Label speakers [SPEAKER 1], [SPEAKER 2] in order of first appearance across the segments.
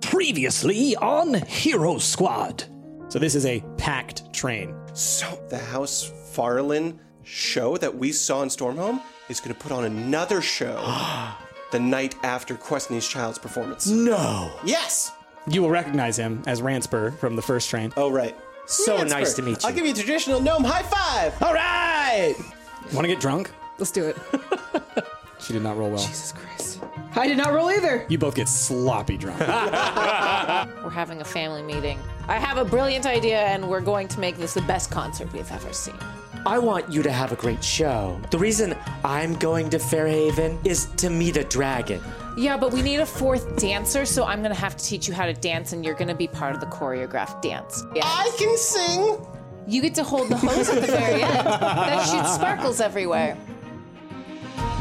[SPEAKER 1] Previously on Hero Squad.
[SPEAKER 2] So this is a packed train.
[SPEAKER 3] So the House Farlin show that we saw in Stormhome is going to put on another show the night after Questney's child's performance.
[SPEAKER 1] No.
[SPEAKER 3] Yes.
[SPEAKER 2] You will recognize him as Ranspur from the first train.
[SPEAKER 3] Oh right.
[SPEAKER 4] So
[SPEAKER 3] That's
[SPEAKER 4] nice
[SPEAKER 3] fair.
[SPEAKER 4] to meet
[SPEAKER 3] I'll
[SPEAKER 4] you.
[SPEAKER 3] give you a traditional gnome high five.
[SPEAKER 2] All right. Want to get drunk?
[SPEAKER 5] Let's do it.
[SPEAKER 2] She did not roll well.
[SPEAKER 5] Jesus Christ. I did not roll either.
[SPEAKER 2] You both get sloppy drunk.
[SPEAKER 6] We're having a family meeting. I have a brilliant idea, and we're going to make this the best concert we've ever seen.
[SPEAKER 4] I want you to have a great show. The reason I'm going to Fairhaven is to meet a dragon.
[SPEAKER 6] Yeah, but we need a fourth dancer, so I'm gonna have to teach you how to dance, and you're gonna be part of the choreographed dance. Yeah.
[SPEAKER 3] I can sing.
[SPEAKER 6] You get to hold the hose at the very end that shoots sparkles everywhere.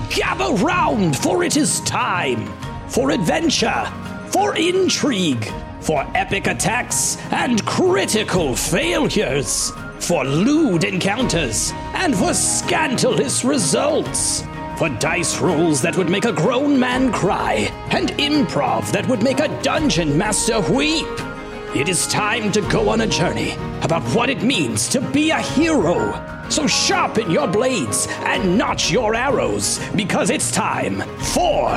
[SPEAKER 1] Gather round, for it is time for adventure, for intrigue, for epic attacks and critical failures, for lewd encounters and for scandalous results, for dice rolls that would make a grown man cry and improv that would make a dungeon master weep. It is time to go on a journey about what it means to be a hero. So sharpen your blades and notch your arrows because it's time for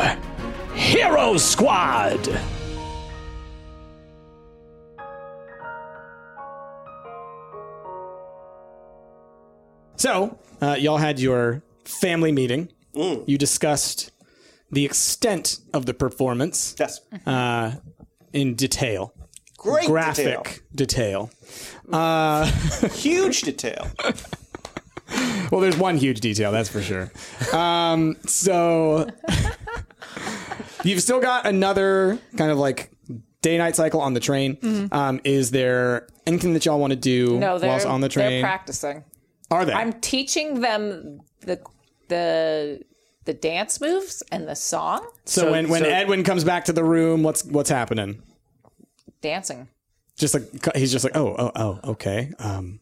[SPEAKER 1] Hero Squad.
[SPEAKER 2] So, uh, y'all had your family meeting.
[SPEAKER 6] Mm.
[SPEAKER 2] You discussed the extent of the performance
[SPEAKER 3] Yes.
[SPEAKER 2] uh, in detail,
[SPEAKER 3] Great
[SPEAKER 2] graphic detail.
[SPEAKER 3] detail. Huge detail.
[SPEAKER 2] Well, there's one huge detail, that's for sure. Um, so, you've still got another kind of like day night cycle on the train. Um, is there anything that y'all want to do
[SPEAKER 6] Mm-hmm. No, they're
[SPEAKER 2] whilst on the train?
[SPEAKER 6] They're practicing.
[SPEAKER 2] Are they?
[SPEAKER 6] I'm teaching them the the the dance moves and the song
[SPEAKER 2] so, when, when
[SPEAKER 4] so-
[SPEAKER 2] Edwin comes back to the room, what's what's happening?
[SPEAKER 6] dancing.
[SPEAKER 2] just like he's just like oh oh oh okay um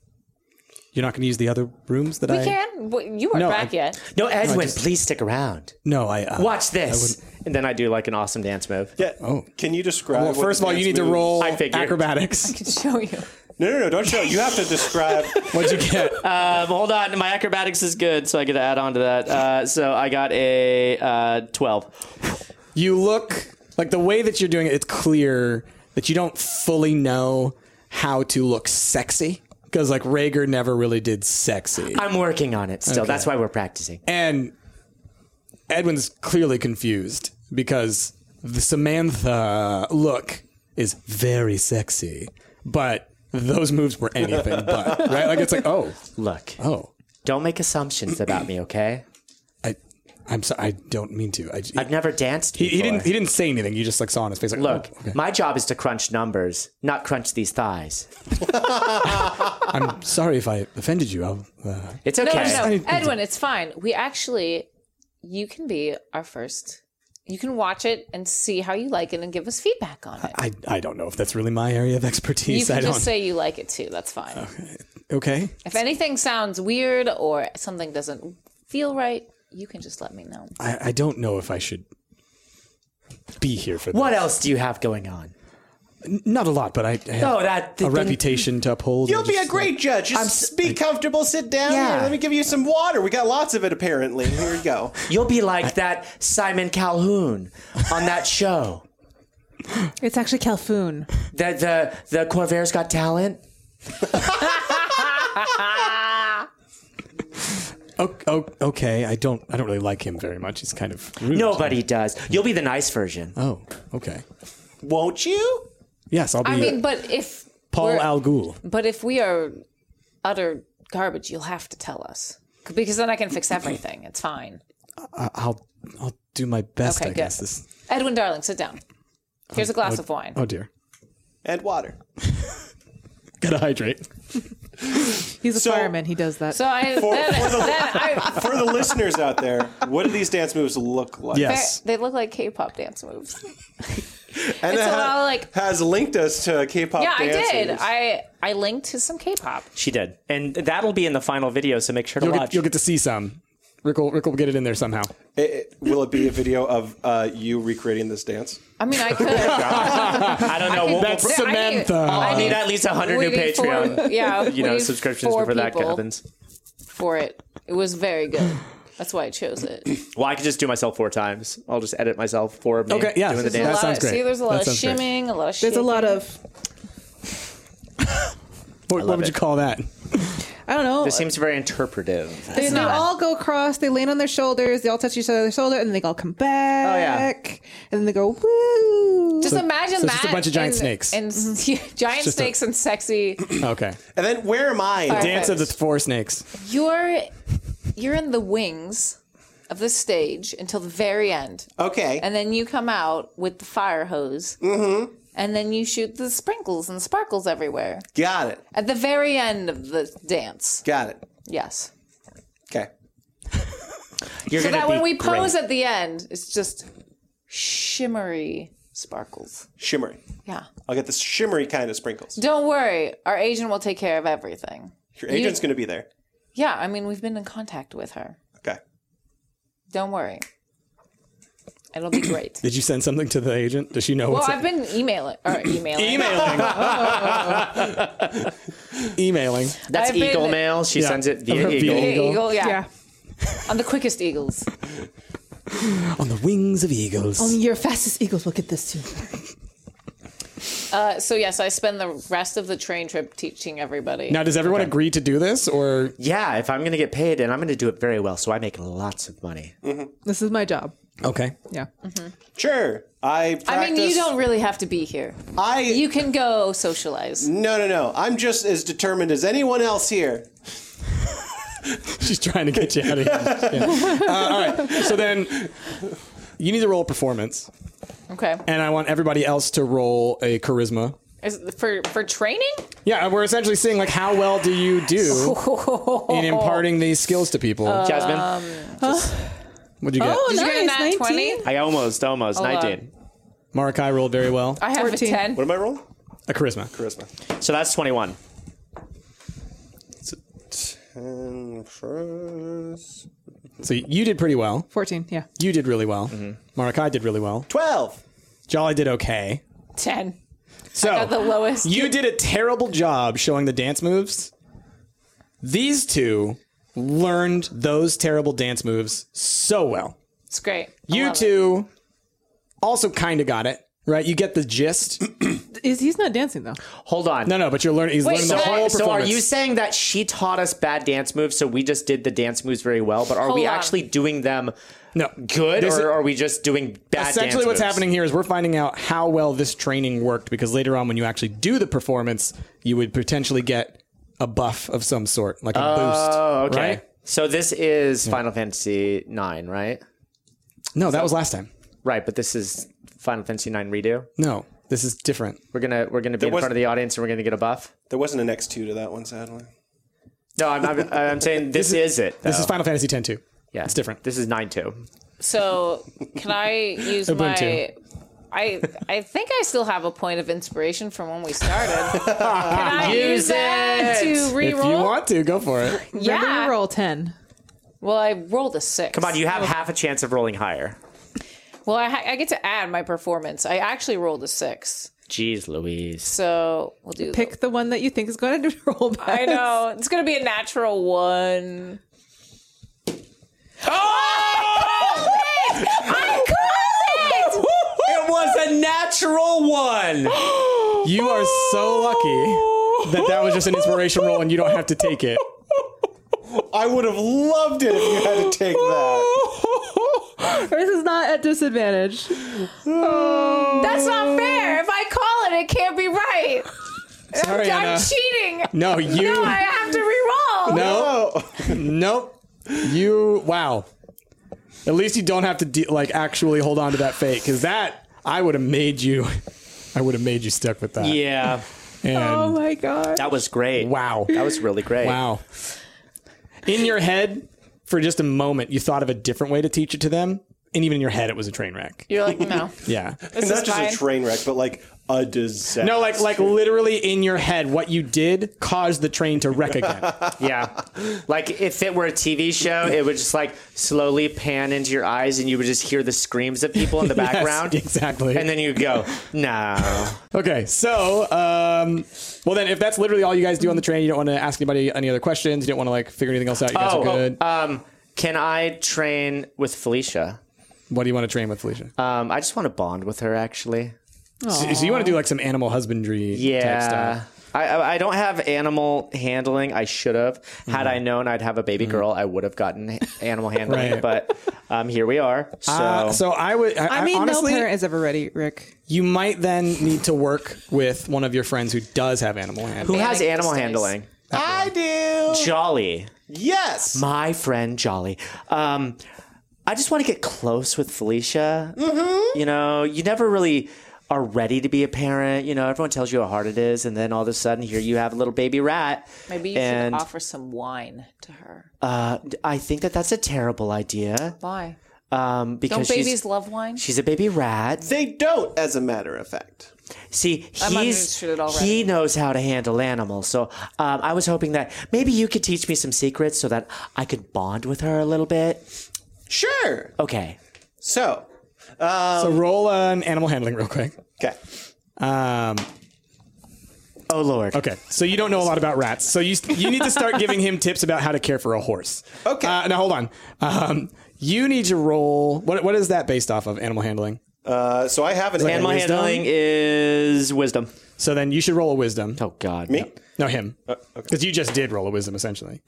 [SPEAKER 2] you're not going to use the other rooms that
[SPEAKER 6] We
[SPEAKER 2] i
[SPEAKER 6] can. w- You weren't
[SPEAKER 2] No,
[SPEAKER 6] back
[SPEAKER 2] I-
[SPEAKER 6] yet.
[SPEAKER 4] No, Edwin, please stick around.
[SPEAKER 2] no i uh,
[SPEAKER 4] Watch this. And then I do like an awesome dance move.
[SPEAKER 3] Yeah. Can you describe?
[SPEAKER 2] Oh. well
[SPEAKER 3] what
[SPEAKER 2] first
[SPEAKER 3] the
[SPEAKER 2] of all you
[SPEAKER 3] dance
[SPEAKER 2] need to
[SPEAKER 3] moves-
[SPEAKER 2] roll
[SPEAKER 4] I figured.
[SPEAKER 2] acrobatics
[SPEAKER 6] Could show you.
[SPEAKER 3] No, no, no. Don't show. You have to describe.
[SPEAKER 2] what'd you get
[SPEAKER 3] Uh,
[SPEAKER 7] Um, hold on, my acrobatics is good, so I get to add on to that. Uh, so I got a uh, twelve.
[SPEAKER 2] you look like the way that you're doing it it's clear that you don't fully know how to look sexy because like Rager never really did sexy
[SPEAKER 4] I'm working on it still. That's why we're practicing.
[SPEAKER 2] and Edwin's clearly confused because the Samantha look is very sexy, but those moves were anything but right. Like it's like oh
[SPEAKER 4] Look,
[SPEAKER 2] oh
[SPEAKER 4] don't make assumptions about me, okay?
[SPEAKER 2] I I'm sorry I don't mean to. I,
[SPEAKER 4] I've never danced.
[SPEAKER 2] he, he didn't
[SPEAKER 4] before.
[SPEAKER 2] he didn't say anything. You just like saw on his face like
[SPEAKER 4] Look,
[SPEAKER 2] oh, okay.
[SPEAKER 4] my job is to crunch numbers, not crunch these thighs.
[SPEAKER 2] I'm sorry if I offended you. I'll, uh,
[SPEAKER 4] It's
[SPEAKER 6] No,
[SPEAKER 4] okay.
[SPEAKER 6] no, no. Edwin, it's fine. We actually, you can be our first. You can watch it and see how you like it and give us feedback on it.
[SPEAKER 2] I I don't know if that's really my area of
[SPEAKER 6] You
[SPEAKER 2] expertise. I
[SPEAKER 6] can
[SPEAKER 2] don't.
[SPEAKER 6] just say you like it too. That's fine.
[SPEAKER 2] okay.
[SPEAKER 6] If anything sounds weird or something doesn't feel right, you can just let me know.
[SPEAKER 2] I, I don't know if I should be here for that.
[SPEAKER 4] What else do you have going on?
[SPEAKER 2] Not a lot, but I, I have
[SPEAKER 4] No, that-
[SPEAKER 2] a
[SPEAKER 4] then-
[SPEAKER 2] reputation to uphold.
[SPEAKER 3] You'll
[SPEAKER 2] and
[SPEAKER 3] be a
[SPEAKER 2] just,
[SPEAKER 3] great judge. Just be comfortable. Sit down.
[SPEAKER 4] Yeah.
[SPEAKER 3] Here, let me give you some water. We got lots of it apparently. Here we go.
[SPEAKER 4] You'll be like that Simon Calhoun on that show.
[SPEAKER 5] It's actually Calfoon.
[SPEAKER 4] That the the Corvair's Got Talent.
[SPEAKER 2] Oh, oh, okay. I don't. I don't really like him very much. He's kind of rude.
[SPEAKER 4] Nobody does. You'll be the nice version.
[SPEAKER 2] Oh, okay.
[SPEAKER 3] Won't you?
[SPEAKER 2] Yes, I'll be
[SPEAKER 6] I mean, but if
[SPEAKER 2] Paul
[SPEAKER 6] we're-
[SPEAKER 2] Al Ghul.
[SPEAKER 6] but if we are utter garbage, you'll have to tell us because then I can fix everything. It's fine.
[SPEAKER 2] I- I'll I'll do my best.
[SPEAKER 6] Okay,
[SPEAKER 2] I
[SPEAKER 6] good.
[SPEAKER 2] guess this.
[SPEAKER 6] Edwin, darling, sit down. Here's a glass
[SPEAKER 2] oh,
[SPEAKER 6] of wine.
[SPEAKER 2] Oh dear.
[SPEAKER 3] And water.
[SPEAKER 2] Gotta hydrate.
[SPEAKER 5] He's a
[SPEAKER 3] So-
[SPEAKER 5] fireman. He does that.
[SPEAKER 6] So I, then, then I,
[SPEAKER 3] For the listeners out there, what do these dance moves look like?
[SPEAKER 2] Yes.
[SPEAKER 6] they look like K-pop dance moves.
[SPEAKER 3] and
[SPEAKER 6] It's
[SPEAKER 3] it
[SPEAKER 6] a
[SPEAKER 3] ha-
[SPEAKER 6] lot of, like-
[SPEAKER 3] has linked us to K-pop.
[SPEAKER 6] Yeah, I
[SPEAKER 3] dance
[SPEAKER 6] did.
[SPEAKER 3] moves.
[SPEAKER 6] I I linked to some K-pop.
[SPEAKER 7] She did, and that'll be in the final video. So make sure to
[SPEAKER 2] You'll
[SPEAKER 7] watch.
[SPEAKER 2] get, you'll get to see some. Rick will, Rick will get it in there somehow.
[SPEAKER 3] Eh, eh, will it be a video of uh, you recreating this dance?
[SPEAKER 6] I mean, I could.
[SPEAKER 4] I don't know. We'll,
[SPEAKER 6] That's
[SPEAKER 4] we'll-
[SPEAKER 6] I need-
[SPEAKER 2] Samantha.
[SPEAKER 4] I need at least 100 new
[SPEAKER 6] waiting for-
[SPEAKER 4] Patreon.
[SPEAKER 6] yeah,
[SPEAKER 4] you know,
[SPEAKER 6] waiting
[SPEAKER 4] subscriptions
[SPEAKER 6] for
[SPEAKER 4] before that
[SPEAKER 6] people
[SPEAKER 4] happens.
[SPEAKER 6] For it, it was very good. That's why I chose it.
[SPEAKER 4] Well, I could just do myself four times. I'll just edit myself for me
[SPEAKER 2] Okay, yeah.
[SPEAKER 4] doing the
[SPEAKER 2] There's a
[SPEAKER 6] There's a
[SPEAKER 4] dance.
[SPEAKER 6] lot
[SPEAKER 2] sounds
[SPEAKER 6] of,
[SPEAKER 2] great.
[SPEAKER 6] See, there's a lot
[SPEAKER 2] That
[SPEAKER 6] of
[SPEAKER 2] sounds great.
[SPEAKER 6] shimming, a lot of.
[SPEAKER 5] There's a lot of
[SPEAKER 2] What, what
[SPEAKER 4] love
[SPEAKER 2] would
[SPEAKER 4] it.
[SPEAKER 2] you call that?
[SPEAKER 5] I don't know.
[SPEAKER 4] This seems very interpretive.
[SPEAKER 5] they, they
[SPEAKER 6] not.
[SPEAKER 5] all go across. They land on their shoulders. They all touch each other's shoulder, and then they all come back. And then they go woo.
[SPEAKER 6] Just imagine that.
[SPEAKER 2] so it's just a bunch of giant
[SPEAKER 6] and-
[SPEAKER 2] snakes.
[SPEAKER 6] and yeah, giant
[SPEAKER 2] just a-
[SPEAKER 6] snakes and sexy.
[SPEAKER 2] Okay.
[SPEAKER 3] And then where am I?
[SPEAKER 2] Dance of the Four Snakes.
[SPEAKER 6] You're you're in the wings of the stage until the very end,
[SPEAKER 3] Okay.
[SPEAKER 6] and then you come out with the fire hose, mm-hmm. and then you shoot the sprinkles and sparkles everywhere
[SPEAKER 3] Got it.
[SPEAKER 6] at the very end of the dance.
[SPEAKER 3] Got it.
[SPEAKER 6] Yes.
[SPEAKER 3] Okay.
[SPEAKER 4] You're
[SPEAKER 6] So
[SPEAKER 4] gonna
[SPEAKER 6] that
[SPEAKER 4] be
[SPEAKER 6] when we pose
[SPEAKER 4] great.
[SPEAKER 6] at the end, it's just shimmery sparkles.
[SPEAKER 3] Shimmery.
[SPEAKER 6] Yeah.
[SPEAKER 3] I'll get the shimmery kind of sprinkles.
[SPEAKER 6] Don't worry, our agent will take care of everything.
[SPEAKER 3] Your agent's going to be there.
[SPEAKER 6] Yeah, I mean, we've been in contact with her.
[SPEAKER 3] Okay.
[SPEAKER 6] Don't worry. It'll be great.
[SPEAKER 2] Did you send something to the agent? Does she know
[SPEAKER 6] well,
[SPEAKER 2] what's
[SPEAKER 6] I've been emailing or emailing.
[SPEAKER 2] emailing? emailing.
[SPEAKER 4] That's
[SPEAKER 6] I've been-
[SPEAKER 4] Eagle Mail. She
[SPEAKER 2] Yeah.
[SPEAKER 4] sends it via
[SPEAKER 2] Via
[SPEAKER 4] Eagle.
[SPEAKER 6] Hey,
[SPEAKER 2] Eagle.
[SPEAKER 6] eagle. yeah.
[SPEAKER 5] Yeah.
[SPEAKER 6] I'm the quickest eagles.
[SPEAKER 2] On the wings of eagles.
[SPEAKER 5] Um, Your fastest eagles will get this soon.
[SPEAKER 6] Uh, so yes, I spend the rest of the train trip teaching everybody.
[SPEAKER 2] now, does everyone agree to do this, or
[SPEAKER 4] Yeah, if I'm going to get paid, and I'm going to do it very well, so I make lots of money.
[SPEAKER 5] This is my job.
[SPEAKER 2] okay?
[SPEAKER 5] Yeah.
[SPEAKER 3] Sure. I practice.
[SPEAKER 6] I mean, you don't really have to be here.
[SPEAKER 3] I
[SPEAKER 6] You can go socialize.
[SPEAKER 3] No, no, no. I'm just as determined as anyone else here.
[SPEAKER 2] She's trying to get you out of here. Yeah. Uh, all right. So then, you need to roll a performance,
[SPEAKER 6] Okay.
[SPEAKER 2] and I want everybody else to roll a charisma.
[SPEAKER 6] Is, for for training?
[SPEAKER 2] Yeah, and we're essentially seeing like how well do you do in imparting these skills to people.
[SPEAKER 6] Uh,
[SPEAKER 4] Jasmine,
[SPEAKER 6] Um,
[SPEAKER 2] What'd you get?
[SPEAKER 5] Oh,
[SPEAKER 6] Did you get a
[SPEAKER 5] nice.
[SPEAKER 6] nat 20?
[SPEAKER 5] 19?
[SPEAKER 4] I almost, almost
[SPEAKER 6] on.
[SPEAKER 4] 19.
[SPEAKER 2] Marakai rolled very well.
[SPEAKER 6] I have
[SPEAKER 5] 14.
[SPEAKER 6] a 10.
[SPEAKER 3] What am I rolling?
[SPEAKER 2] A charisma.
[SPEAKER 3] Charisma.
[SPEAKER 4] So that's 21.
[SPEAKER 3] It's a 10 plus-
[SPEAKER 2] So you did pretty well.
[SPEAKER 5] 14. Yeah.
[SPEAKER 2] You did really well. Marakai did really well.
[SPEAKER 3] 12.
[SPEAKER 2] Jolly did okay.
[SPEAKER 6] 10.
[SPEAKER 2] So
[SPEAKER 6] got the lowest.
[SPEAKER 2] You did a terrible job showing the dance moves. These two learned those terrible dance moves so well.
[SPEAKER 6] It's great. I
[SPEAKER 2] You
[SPEAKER 6] love it.
[SPEAKER 2] two also kind of got it, right? You get the gist.
[SPEAKER 5] Is he's not dancing though?
[SPEAKER 4] Hold on.
[SPEAKER 2] No, no, but you're learning. He's learning
[SPEAKER 6] so
[SPEAKER 2] the
[SPEAKER 6] I-
[SPEAKER 2] whole
[SPEAKER 4] So are
[SPEAKER 2] performance.
[SPEAKER 4] you saying that she taught us bad dance moves, so we just did the dance moves very well? But are we
[SPEAKER 6] Hold on.
[SPEAKER 4] actually doing them
[SPEAKER 2] no
[SPEAKER 4] good,
[SPEAKER 2] This is-
[SPEAKER 4] or are we just doing bad?
[SPEAKER 2] Essentially,
[SPEAKER 4] dance
[SPEAKER 2] what's
[SPEAKER 4] moves?
[SPEAKER 2] happening here is we're finding out how well this training worked because later on, when you actually do the performance, you would potentially get a buff of some sort, like a boost.
[SPEAKER 4] Oh, okay.
[SPEAKER 2] Right?
[SPEAKER 4] So this is Final Fantasy Nine, right?
[SPEAKER 2] No, that was last time.
[SPEAKER 4] Right, but this is Final Fantasy Nine redo.
[SPEAKER 2] No, this is different.
[SPEAKER 4] We're gonna we're gonna be in
[SPEAKER 3] was-
[SPEAKER 4] front of the audience and we're gonna get a buff.
[SPEAKER 3] There wasn't an X2 to that one, sadly.
[SPEAKER 4] No, I'm I'm, I'm saying this, is, it.
[SPEAKER 2] This is Final Fantasy X too.
[SPEAKER 4] yeah,
[SPEAKER 2] it's different.
[SPEAKER 4] This is nine two.
[SPEAKER 6] So can I use my?
[SPEAKER 2] Ubuntu.
[SPEAKER 6] I I think I still have a point of inspiration from when we started. Can I use that to
[SPEAKER 2] If you
[SPEAKER 6] reroll?
[SPEAKER 2] want to, go for it.
[SPEAKER 5] Remember
[SPEAKER 6] Yeah.
[SPEAKER 5] you roll 10.
[SPEAKER 6] Well, I rolled a six.
[SPEAKER 4] Come on, you have half a chance of rolling higher.
[SPEAKER 6] Well, I, ha- I get to add my performance. I actually rolled a six,
[SPEAKER 4] Jeez, Louise.
[SPEAKER 6] so we'll do. the-
[SPEAKER 5] Pick the one that you think is going to roll back.
[SPEAKER 6] I know it's gonna be a natural one.
[SPEAKER 4] Oh! It was a natural one.
[SPEAKER 2] You are so lucky that that was just an inspiration roll and you don't have to take it.
[SPEAKER 3] I would have loved it if you had to take that.
[SPEAKER 5] This is not at disadvantage.
[SPEAKER 6] That's not fair. If I call it, it can't be right.
[SPEAKER 2] Sorry,
[SPEAKER 6] I'm
[SPEAKER 2] Anna.
[SPEAKER 6] cheating.
[SPEAKER 2] No, you.
[SPEAKER 6] No, I have to reroll.
[SPEAKER 2] No.
[SPEAKER 3] Oh,
[SPEAKER 2] Nope. You. Wow. At least you don't have to de- like actually hold on to that fate because that I would have made you. I would have made you stuck with that.
[SPEAKER 4] Yeah,
[SPEAKER 2] And
[SPEAKER 5] Oh my god.
[SPEAKER 4] that was great.
[SPEAKER 2] wow.
[SPEAKER 4] that was really great.
[SPEAKER 2] Wow. In your head, for just a moment, you thought of a different way to teach it to them, and even in your head, it was a train wreck.
[SPEAKER 6] You're like no.
[SPEAKER 2] Yeah.
[SPEAKER 6] This
[SPEAKER 3] not
[SPEAKER 6] is
[SPEAKER 3] just
[SPEAKER 6] fine.
[SPEAKER 3] a train wreck, but like
[SPEAKER 8] a disaster.
[SPEAKER 2] No, like like literally in your head, what you did caused the train to wreck again.
[SPEAKER 4] Yeah. Like if it were a TV show, it would just like slowly pan into your eyes and you would just hear the screams of people in the
[SPEAKER 2] Yes,
[SPEAKER 4] background.
[SPEAKER 2] exactly.
[SPEAKER 4] And then you go, no.
[SPEAKER 2] Okay, so um, well then, if that's literally all you guys do on the train, you don't want to ask anybody any other questions. You don't want to like figure anything else out. You guys
[SPEAKER 4] Oh,
[SPEAKER 2] are good.
[SPEAKER 4] um, can I train with Felicia?
[SPEAKER 2] what do you want to train with, Felicia?
[SPEAKER 4] Um, I just want to bond with her actually.
[SPEAKER 2] so, so you want to do like some animal husbandry? Type
[SPEAKER 4] Yeah.
[SPEAKER 2] stuff.
[SPEAKER 4] I, I I don't have animal handling. I should have. Had I known I'd have a baby girl, I would have gotten h- animal handling.
[SPEAKER 2] Mm-hmm. Right.
[SPEAKER 4] But um, here we are. So,
[SPEAKER 2] Uh, so I would. I,
[SPEAKER 5] I mean,
[SPEAKER 2] honestly,
[SPEAKER 5] no parent is ever ready, Rick.
[SPEAKER 2] you might then need to work with one of your friends who does have animal handling.
[SPEAKER 4] who has
[SPEAKER 6] Handling
[SPEAKER 4] animal
[SPEAKER 6] these days.
[SPEAKER 4] handling?
[SPEAKER 8] I do.
[SPEAKER 4] Jolly.
[SPEAKER 8] Yes.
[SPEAKER 4] my friend Jolly. Um, I just want to get close with Felicia. Mm-hmm. You know, you never really are ready to be a parent. You know, everyone tells you how hard it is, and then all of a sudden, here you have a little baby rat.
[SPEAKER 6] Maybe you
[SPEAKER 4] And-
[SPEAKER 6] should offer some wine to her.
[SPEAKER 4] Uh, I think that that's a terrible idea.
[SPEAKER 6] Why?
[SPEAKER 4] Um,
[SPEAKER 6] Don't
[SPEAKER 4] because
[SPEAKER 6] babies
[SPEAKER 4] she's,
[SPEAKER 6] love wine?
[SPEAKER 4] she's a baby rat.
[SPEAKER 3] They don't, as a matter of fact.
[SPEAKER 4] See,
[SPEAKER 6] I'm on
[SPEAKER 4] he's
[SPEAKER 6] this shit already.
[SPEAKER 4] he knows how to handle animals. So um, I was hoping that maybe you could teach me some secrets so that I could bond with her a little bit.
[SPEAKER 3] Sure.
[SPEAKER 4] Okay.
[SPEAKER 3] So,
[SPEAKER 2] so roll an animal handling real quick.
[SPEAKER 3] okay.
[SPEAKER 2] Um,
[SPEAKER 4] Oh Lord.
[SPEAKER 2] okay, so you don't know a lot about rats, so you you need to start giving him tips about how to care for a horse.
[SPEAKER 3] Okay.
[SPEAKER 2] Uh, now hold on. Um, you need to roll. What what is that based off of? Animal handling.
[SPEAKER 3] Uh, so I have an
[SPEAKER 7] Animal
[SPEAKER 3] animal.
[SPEAKER 7] handling is wisdom.
[SPEAKER 2] So then you should roll a wisdom.
[SPEAKER 4] Oh God.
[SPEAKER 3] Me?
[SPEAKER 2] No, him. Because you just did roll a wisdom, essentially.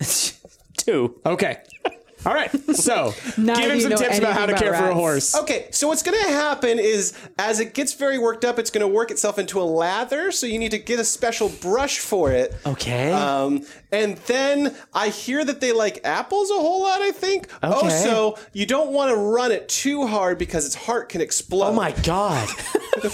[SPEAKER 7] Two.
[SPEAKER 2] Okay. All right. So
[SPEAKER 5] Now
[SPEAKER 2] give him
[SPEAKER 5] you
[SPEAKER 2] some
[SPEAKER 5] know
[SPEAKER 2] tips about how to
[SPEAKER 5] anything
[SPEAKER 2] care
[SPEAKER 5] about
[SPEAKER 2] for a
[SPEAKER 5] rats.
[SPEAKER 2] horse.
[SPEAKER 3] Okay, so what's going to happen is as it gets very worked up, it's going to work itself into a lather. So you need to get a special brush for it.
[SPEAKER 4] Okay.
[SPEAKER 3] Um, and then I hear that they like apples a whole lot. I think. Oh,
[SPEAKER 4] Okay.
[SPEAKER 3] so you don't want to run it too hard because its heart can explode.
[SPEAKER 4] Oh my god.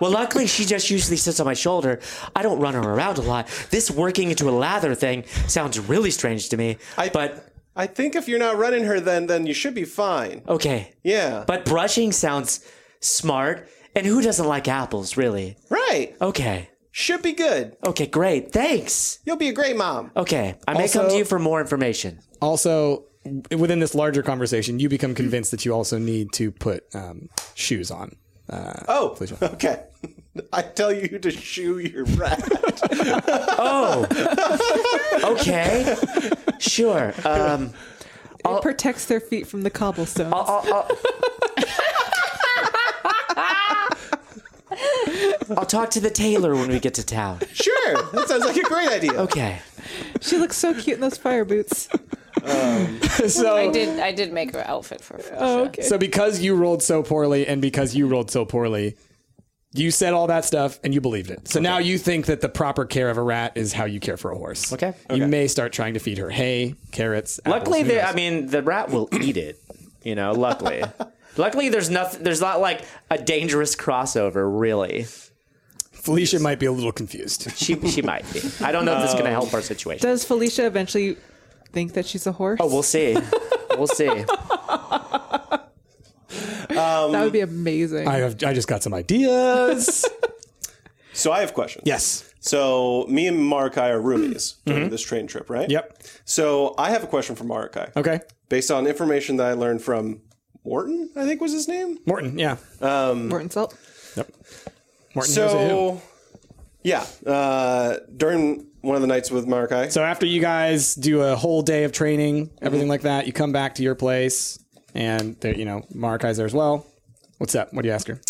[SPEAKER 4] well, luckily she just usually sits on my shoulder. I don't run her around a lot. This working into a lather thing sounds really strange to me.
[SPEAKER 3] I,
[SPEAKER 4] but
[SPEAKER 3] I think if you're not running her, then then you should be fine.
[SPEAKER 4] okay.
[SPEAKER 3] Yeah.
[SPEAKER 4] But brushing sounds smart, and who doesn't like apples, really?
[SPEAKER 3] right.
[SPEAKER 4] Okay.
[SPEAKER 3] Should be good.
[SPEAKER 4] Okay, great. Thanks.
[SPEAKER 3] You'll be a great mom.
[SPEAKER 4] Okay, I may come
[SPEAKER 2] Also-
[SPEAKER 4] to you for more information.
[SPEAKER 2] Also, within this larger conversation, you become convinced that you also need to put um, shoes on. Uh,
[SPEAKER 3] Oh. Okay. I tell you to shoe your rat.
[SPEAKER 4] Oh. okay. Sure. Um,
[SPEAKER 5] It protects their feet from the cobblestones.
[SPEAKER 4] I'll talk to the tailor when we get to town.
[SPEAKER 3] sure. That sounds like a great idea.
[SPEAKER 4] Okay.
[SPEAKER 5] she looks so cute in those fire boots.
[SPEAKER 6] I
[SPEAKER 2] So,
[SPEAKER 6] did. I did make her outfit for Felicia.
[SPEAKER 5] Oh, okay.
[SPEAKER 2] so because you rolled so poorly and because you rolled so poorly, you said all that stuff and you believed it. So now you think that the proper care of a rat is how you care for a horse.
[SPEAKER 4] Okay.
[SPEAKER 2] You may start trying to feed her hay, carrots. apples,
[SPEAKER 4] Luckily,
[SPEAKER 2] who
[SPEAKER 4] they,
[SPEAKER 2] knows?
[SPEAKER 4] I mean, the rat will eat it. You know, luckily. luckily, there's nothing. There's not like a dangerous crossover. Really,
[SPEAKER 2] Felicia might be a little confused.
[SPEAKER 4] she she might be. I don't know if this is gonna help our situation.
[SPEAKER 5] Does Felicia eventually think that she's a horse?
[SPEAKER 4] We'll see. We'll see.
[SPEAKER 5] that would be amazing.
[SPEAKER 2] I have. I just got some ideas.
[SPEAKER 3] So I have questions.
[SPEAKER 2] yes. Mm-hmm.
[SPEAKER 3] So me and Marakai are roomies during this train trip, right?
[SPEAKER 2] Yep.
[SPEAKER 3] So I have a question for Marakai.
[SPEAKER 2] Okay.
[SPEAKER 3] Based on information that I learned from Morton, I think was his name.
[SPEAKER 2] Morton. Yeah.
[SPEAKER 5] Morton Salt.
[SPEAKER 2] Morton knows it who.
[SPEAKER 3] so yeah, uh, during one of the nights with Marakai.
[SPEAKER 2] So after you guys do a whole day of training, everything
[SPEAKER 4] Mm-hmm.
[SPEAKER 2] like that, you come back to your place, and there, you know, Markai's there as well. What's up? What do you ask her?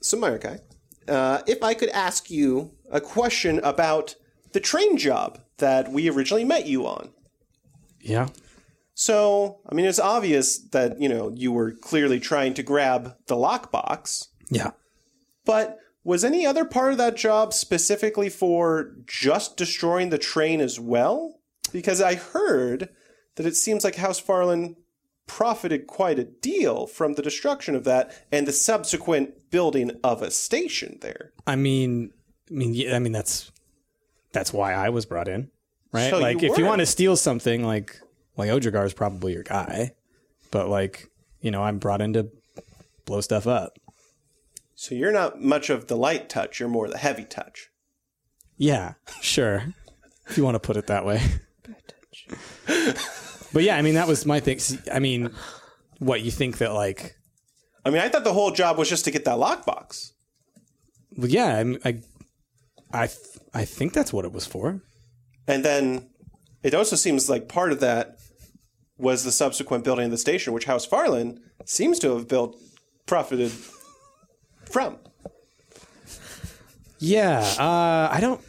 [SPEAKER 3] So Marakai, uh, if I could ask you a question about the train job that we originally met you on.
[SPEAKER 2] Yeah.
[SPEAKER 3] So, I mean, it's obvious that, you know, you were clearly trying to grab the lockbox.
[SPEAKER 2] Yeah.
[SPEAKER 3] But was any other part of that job specifically for just destroying the train as well? Because I heard that it seems like House Farland profited quite a deal from the destruction of that and the subsequent building of a station there.
[SPEAKER 2] I mean, I mean, yeah, I mean that's that's why I was brought in, right?
[SPEAKER 3] So you
[SPEAKER 2] like, if you
[SPEAKER 3] were.
[SPEAKER 2] want to steal something, like like Odragar is probably your guy, but like you know, I'm brought in to blow stuff up.
[SPEAKER 3] So you're not much of the light touch. You're more the heavy touch.
[SPEAKER 2] Yeah, sure. if you want to put it that way. but yeah, I mean, that was my thing. See, I mean, what you think that like?
[SPEAKER 3] I mean, I thought the whole job was just to get that lockbox.
[SPEAKER 2] Well, yeah, I'm- I, I, th- I think that's what it was for.
[SPEAKER 3] And then it also seems like part of that was the subsequent building of the station, which House Farland seems to have built, profited from.
[SPEAKER 2] Yeah, uh, I don't.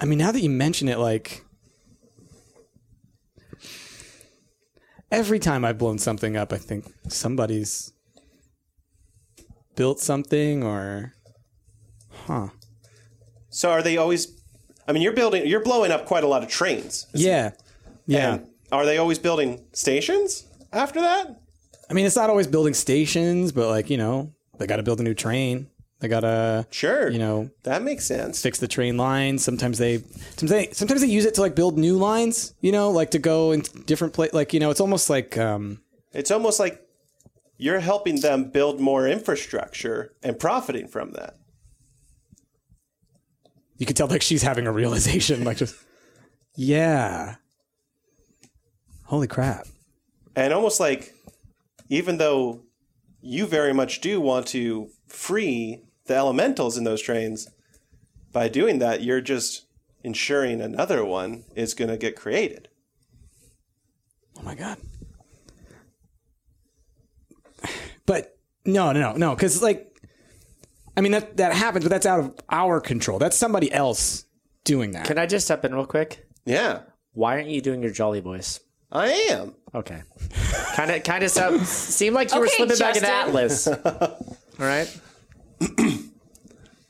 [SPEAKER 2] I mean, now that you mention it, like every time I've blown something up, I think somebody's built something or, huh?
[SPEAKER 3] So are they always? I mean, you're building, you're blowing up quite a lot of trains.
[SPEAKER 2] Yeah, yeah.
[SPEAKER 3] And are they always building stations after that?
[SPEAKER 2] I mean, it's not always building stations, but like you know, they got to build a new train. They got to,
[SPEAKER 3] Sure.
[SPEAKER 2] you know,
[SPEAKER 3] that makes sense.
[SPEAKER 2] fix the train lines. Sometimes they, sometimes they, sometimes they use it to like build new lines. You know, like to go in different place. Like you know, it's almost like. um
[SPEAKER 3] It's almost like you're helping them build more infrastructure and profiting from that.
[SPEAKER 2] you could tell like she's having a realization like just yeah holy crap
[SPEAKER 3] and almost like even though you very much do want to free the elementals in those trains by doing that you're just ensuring another one is going to get created
[SPEAKER 2] oh my god but no no no no because like i mean that that happens but that's out of our control that's somebody else doing that
[SPEAKER 4] Can I just step in real quick?
[SPEAKER 3] yeah
[SPEAKER 4] Why aren't you doing your jolly voice?
[SPEAKER 3] i am
[SPEAKER 4] Okay. Kind of, kind of sound, seemed like you were
[SPEAKER 6] Okay,
[SPEAKER 4] slipping back into
[SPEAKER 6] Justin.
[SPEAKER 4] Atlas. All right.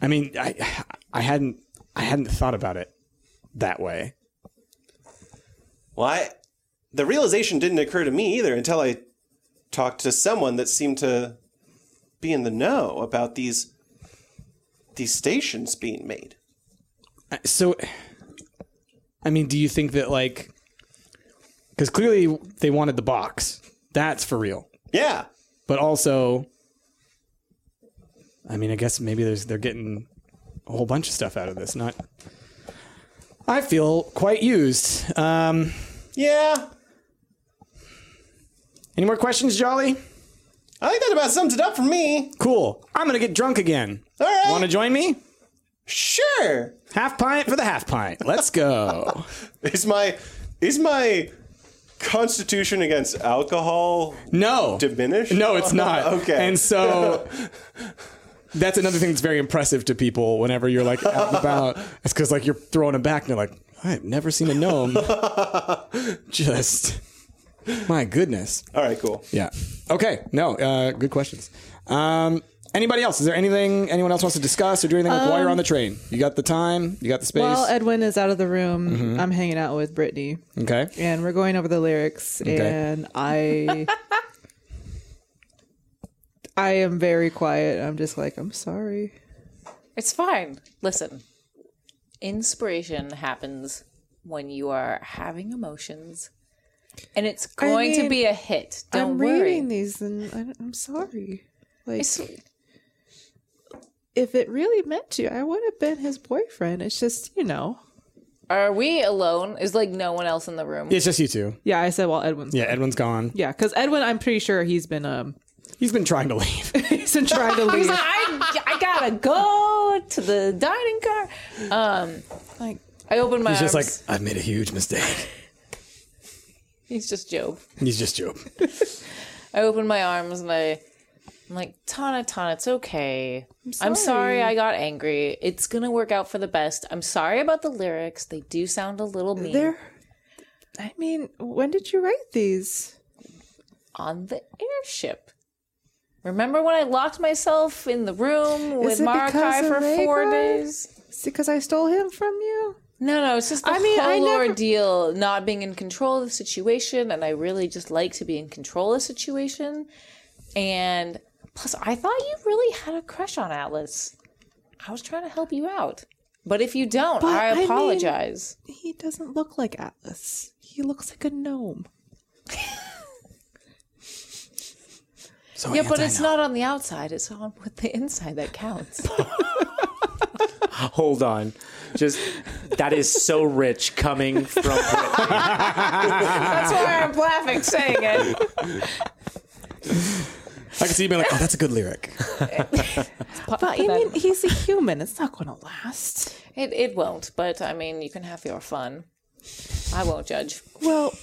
[SPEAKER 2] i mean i i hadn't i hadn't thought about it that way
[SPEAKER 3] why the realization didn't occur to me either until i talked to someone that seemed to be in the know about these these stations being made
[SPEAKER 2] so i mean do you think that like because clearly they wanted the box that's for real
[SPEAKER 3] yeah
[SPEAKER 2] but also i mean i guess maybe there's they're getting a whole bunch of stuff out of this not i feel quite used um
[SPEAKER 3] yeah
[SPEAKER 2] any more questions jolly
[SPEAKER 3] i think that about sums it up for me
[SPEAKER 2] cool i'm gonna get drunk again
[SPEAKER 3] all right
[SPEAKER 2] want to join me
[SPEAKER 3] sure
[SPEAKER 2] half pint for the half pint let's go
[SPEAKER 3] Is my is my constitution against alcohol
[SPEAKER 2] no
[SPEAKER 3] diminished?
[SPEAKER 2] No, it's not.
[SPEAKER 3] Okay.
[SPEAKER 2] And so that's another thing that's very impressive to people whenever you're like out and about. It's because like you're throwing them back and they're like, I've never seen a gnome. Just my goodness.
[SPEAKER 3] All right, cool.
[SPEAKER 2] Yeah. Okay. No. Uh, good questions. Um, anybody else? Is there anything anyone else wants to discuss or do anything like while you're
[SPEAKER 6] Um,
[SPEAKER 2] on the train? You got the time. You got the space.
[SPEAKER 5] While Edwin is out of the room, I'm hanging out with Brittany,
[SPEAKER 2] okay.
[SPEAKER 5] and we're going over the lyrics, and I. I am very quiet. I'm just like, I'm sorry.
[SPEAKER 6] It's fine. Listen, inspiration happens when you are having emotions, and it's going to
[SPEAKER 5] mean,
[SPEAKER 6] be a hit. Don't
[SPEAKER 5] I'm
[SPEAKER 6] worry.
[SPEAKER 5] reading these, and I, I'm sorry. Like,
[SPEAKER 6] It's-
[SPEAKER 5] if it really meant you, I would have been his boyfriend. It's just, you know.
[SPEAKER 6] Are we alone? Is like no one else in the room?
[SPEAKER 2] It's just you two.
[SPEAKER 5] Yeah, I said, well, Edwin's.
[SPEAKER 2] Yeah. Edwin's gone.
[SPEAKER 5] Yeah, because Edwin, I'm pretty sure he's been um
[SPEAKER 2] He's been trying to leave.
[SPEAKER 5] he's been trying to leave.
[SPEAKER 6] I, I gotta go to the dining car. Um, like I open my
[SPEAKER 2] He's
[SPEAKER 6] arms.
[SPEAKER 2] just like, I've made a huge mistake.
[SPEAKER 6] He's just Job.
[SPEAKER 2] He's just Job.
[SPEAKER 6] I open my arms and I, I'm like, Tana, Tana, it's okay. I'm sorry. I got angry. It's gonna work out for the best. I'm sorry about the lyrics. They do sound a little mean
[SPEAKER 5] They're I mean, when did you write these?
[SPEAKER 6] on the airship. Remember when I locked myself in the room with
[SPEAKER 5] Is it
[SPEAKER 6] Marakai
[SPEAKER 5] because
[SPEAKER 6] for
[SPEAKER 5] of
[SPEAKER 6] four
[SPEAKER 5] Rhaegar?
[SPEAKER 6] days?
[SPEAKER 5] Is it because I stole him from you?
[SPEAKER 6] No, no, it's just the
[SPEAKER 5] I mean, I
[SPEAKER 6] whole
[SPEAKER 5] never-
[SPEAKER 6] ordeal, not being in control of the situation, and I really just like to be in control of the situation. And plus, I thought you really had a crush on Atlas. I was trying to help you out, but if you don't,
[SPEAKER 5] But, I
[SPEAKER 6] I
[SPEAKER 5] mean-
[SPEAKER 6] apologize.
[SPEAKER 5] He doesn't look like Atlas. He looks like a gnome.
[SPEAKER 2] So
[SPEAKER 6] Yeah, but it's not on the outside. It's on with the inside that counts.
[SPEAKER 4] Hold on. Just that is so rich coming from Brit-
[SPEAKER 5] That's why I'm laughing saying it.
[SPEAKER 2] I can see you being like, oh, that's a good lyric.
[SPEAKER 5] But I mean, he's a human. It's not going to last.
[SPEAKER 6] It it won't, but I mean, you can have your fun. I won't judge.
[SPEAKER 5] Well,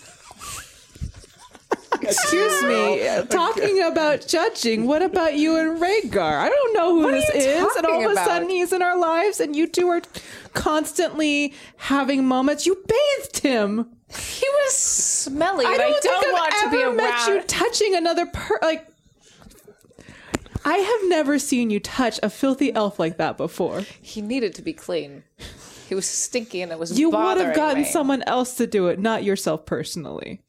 [SPEAKER 5] excuse me. Talking about judging, what about you and Rhaegar? I don't know who this
[SPEAKER 6] you
[SPEAKER 5] is, and all
[SPEAKER 6] talking
[SPEAKER 5] of a
[SPEAKER 6] about?
[SPEAKER 5] sudden he's in our lives, and you two are constantly having moments. You bathed him.
[SPEAKER 6] He was smelly.
[SPEAKER 5] I
[SPEAKER 6] and
[SPEAKER 5] don't,
[SPEAKER 6] I don't
[SPEAKER 5] think
[SPEAKER 6] want
[SPEAKER 5] I've
[SPEAKER 6] to be
[SPEAKER 5] ever
[SPEAKER 6] around.
[SPEAKER 5] met you touching another per like. I have never seen you touch a filthy elf like that before.
[SPEAKER 6] he needed to be clean. He was stinky, and it was
[SPEAKER 5] You would
[SPEAKER 6] bothering
[SPEAKER 5] have gotten
[SPEAKER 6] me.
[SPEAKER 5] someone else to do it, not yourself personally.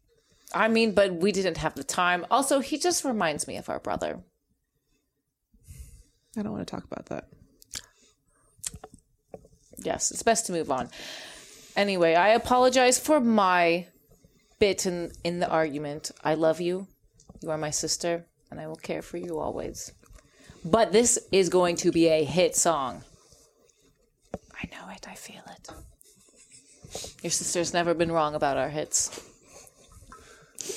[SPEAKER 6] I mean, but we didn't have the time. Also, he just reminds me of our brother.
[SPEAKER 5] I don't want to talk about that.
[SPEAKER 6] Yes, it's best to move on. Anyway, I apologize for my bit in in the argument. I love you. You are my sister, and I will care for you always. But this is going to be a hit song. I know it. I feel it. Your sister's never been wrong about our hits.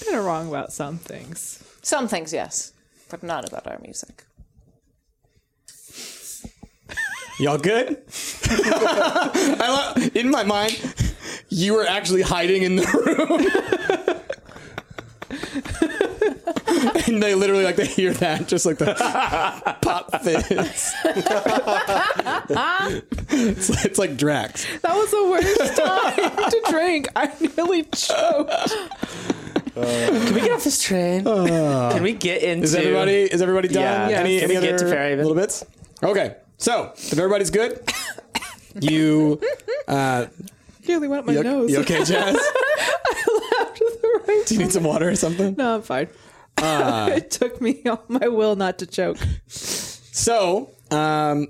[SPEAKER 5] Kind of wrong about some things.
[SPEAKER 6] Some things, yes, but not about our music.
[SPEAKER 2] Y'all good? I lo- in my mind, you were actually hiding in the room. and they literally like they hear that, just like the pop fizz. it's, it's like Drax.
[SPEAKER 5] That was the worst time to drink. I nearly choked.
[SPEAKER 4] Can we get off this train? Can we get into?
[SPEAKER 2] Is everybody is everybody done?
[SPEAKER 4] Yeah. Yeah.
[SPEAKER 2] Any,
[SPEAKER 4] Can
[SPEAKER 2] any
[SPEAKER 4] we get
[SPEAKER 2] other
[SPEAKER 4] to Fairhaven?
[SPEAKER 2] little bits? Okay, so if everybody's good, you
[SPEAKER 5] Nearly went up my
[SPEAKER 2] you,
[SPEAKER 5] nose.
[SPEAKER 2] you okay, Jazz?
[SPEAKER 5] The right-
[SPEAKER 2] Do you need some water or something?
[SPEAKER 5] no, I'm fine.
[SPEAKER 4] Ah.
[SPEAKER 5] it took me all my will not to choke.
[SPEAKER 2] So, um,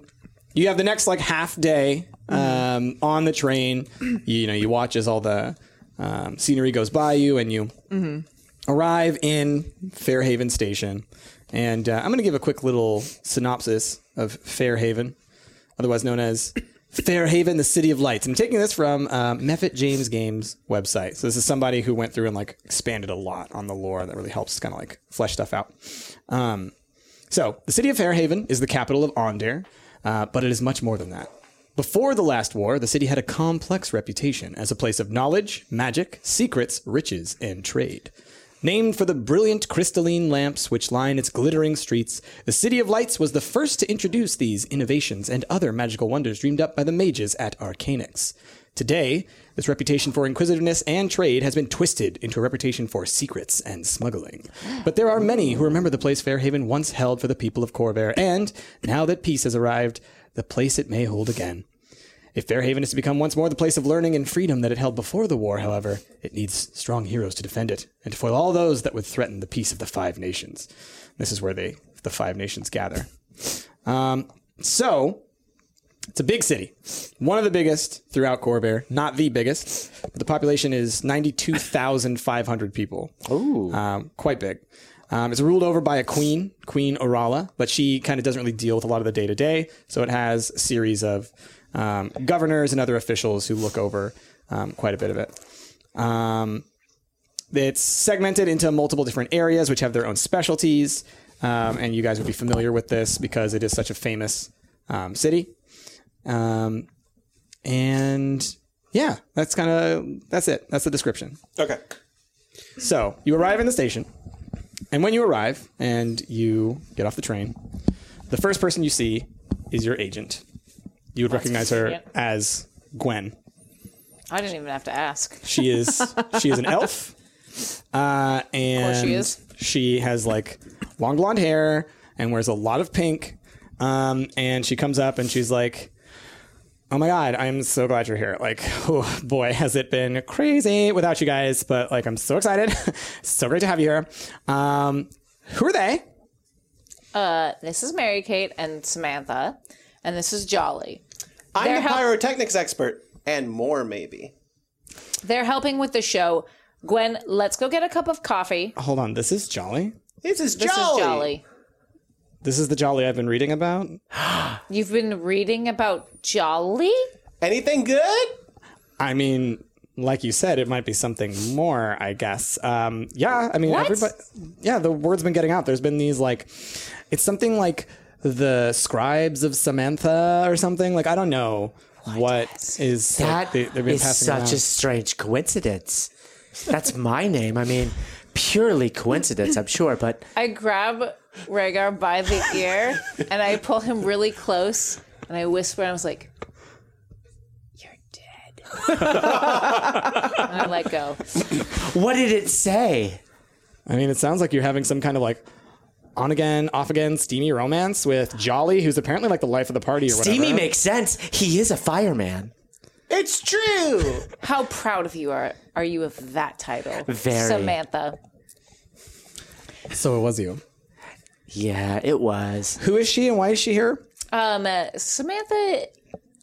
[SPEAKER 2] you have the next like half day um, on the train. You, know, you watch as all the um, scenery goes by you, and you arrive in Fairhaven Station. And uh, I'm going to give a quick little synopsis of Fairhaven, otherwise known as Fairhaven, the City of Lights. I'm taking this from um, Mephit James Games website. So this is somebody who went through and like expanded a lot on the lore that really helps kind of like flesh stuff out. Um, so, the city of Fairhaven is the capital of Onder, uh, but it is much more than that. Before the last war, the city had a complex reputation as a place of knowledge, magic, secrets, riches, and trade. Named for the brilliant crystalline lamps which line its glittering streets, the City of Lights was the first to introduce these innovations and other magical wonders dreamed up by the mages at Arcanix. Today, this reputation for inquisitiveness and trade has been twisted into a reputation for secrets and smuggling. But there are many who remember the place Fairhaven once held for the people of Corvair, and now that peace has arrived, the place it may hold again. If Fairhaven is to become once more the place of learning and freedom that it held before the war, however, it needs strong heroes to defend it and to foil all those that would threaten the peace of the Five Nations. This is where they, the Five Nations gather. Um, so, it's a big city. One of the biggest throughout Corvair, not the biggest. But the population is 92,500 people. Ooh. Um, quite big. Um, it's ruled over by a queen, Queen Orala, but she kind of doesn't really deal with a lot of the day to day. So it has a series of um, governors and other officials who look over um, quite a bit of it. Um, it's segmented into multiple different areas, which have their own specialties. Um, and you guys would be familiar with this because it is such a famous um, city. Um, and yeah, that's kind of that's it. That's the description.
[SPEAKER 3] Okay.
[SPEAKER 2] So you arrive in the station, and when you arrive and you get off the train, the first person you see is your agent. You would recognize her
[SPEAKER 6] convenient.
[SPEAKER 2] as Gwen.
[SPEAKER 6] I didn't even have to ask.
[SPEAKER 2] She is she is an elf. Uh, and
[SPEAKER 6] she is.
[SPEAKER 2] she has like long blonde hair and wears a lot of pink. Um, and she comes up and she's like, "Oh my god, I'm so glad you're here! Like, oh boy, has it been crazy without you guys? But like, I'm so excited. so great to have you here. Um, who are they?
[SPEAKER 6] This is Mary Kate and Samantha, and this is Jolly.
[SPEAKER 3] I'm
[SPEAKER 6] They're
[SPEAKER 3] the
[SPEAKER 6] hel-
[SPEAKER 3] pyrotechnics expert, and more maybe.
[SPEAKER 6] They're helping with the show. Gwen, let's go get a cup of coffee.
[SPEAKER 2] Hold on, this is Jolly.
[SPEAKER 3] This is
[SPEAKER 6] This
[SPEAKER 3] jolly.
[SPEAKER 6] is Jolly.
[SPEAKER 2] This is the Jolly I've been reading about.
[SPEAKER 6] You've been reading about Jolly?
[SPEAKER 3] Anything good?
[SPEAKER 2] I mean, like you said, it might be something more, I guess. Um, yeah, I mean,
[SPEAKER 6] What?
[SPEAKER 2] everybody. Yeah, the word's been getting out. There's been these like, it's something like the scribes of Samantha or something. Like I don't know what is like,
[SPEAKER 4] That
[SPEAKER 2] they,
[SPEAKER 4] is
[SPEAKER 2] have been passing
[SPEAKER 4] such
[SPEAKER 2] around.
[SPEAKER 4] a strange coincidence. That's my name. I mean, purely coincidence, I'm sure, but
[SPEAKER 6] I grab Rhaegar by the ear and I pull him really close and I whisper and I was like, You're dead. and I let go.
[SPEAKER 4] what did it say?
[SPEAKER 2] I mean, it sounds like you're having some kind of like. On again, off again, steamy romance with Jolly, who's apparently like the life of the party or whatever.
[SPEAKER 4] Steamy makes sense. He is a fireman.
[SPEAKER 8] It's true.
[SPEAKER 6] How proud of you are are you of that title?
[SPEAKER 4] Very.
[SPEAKER 6] Samantha.
[SPEAKER 2] So it was you.
[SPEAKER 4] Yeah, it was.
[SPEAKER 2] Who is she and why is she here?
[SPEAKER 6] Um uh, Samantha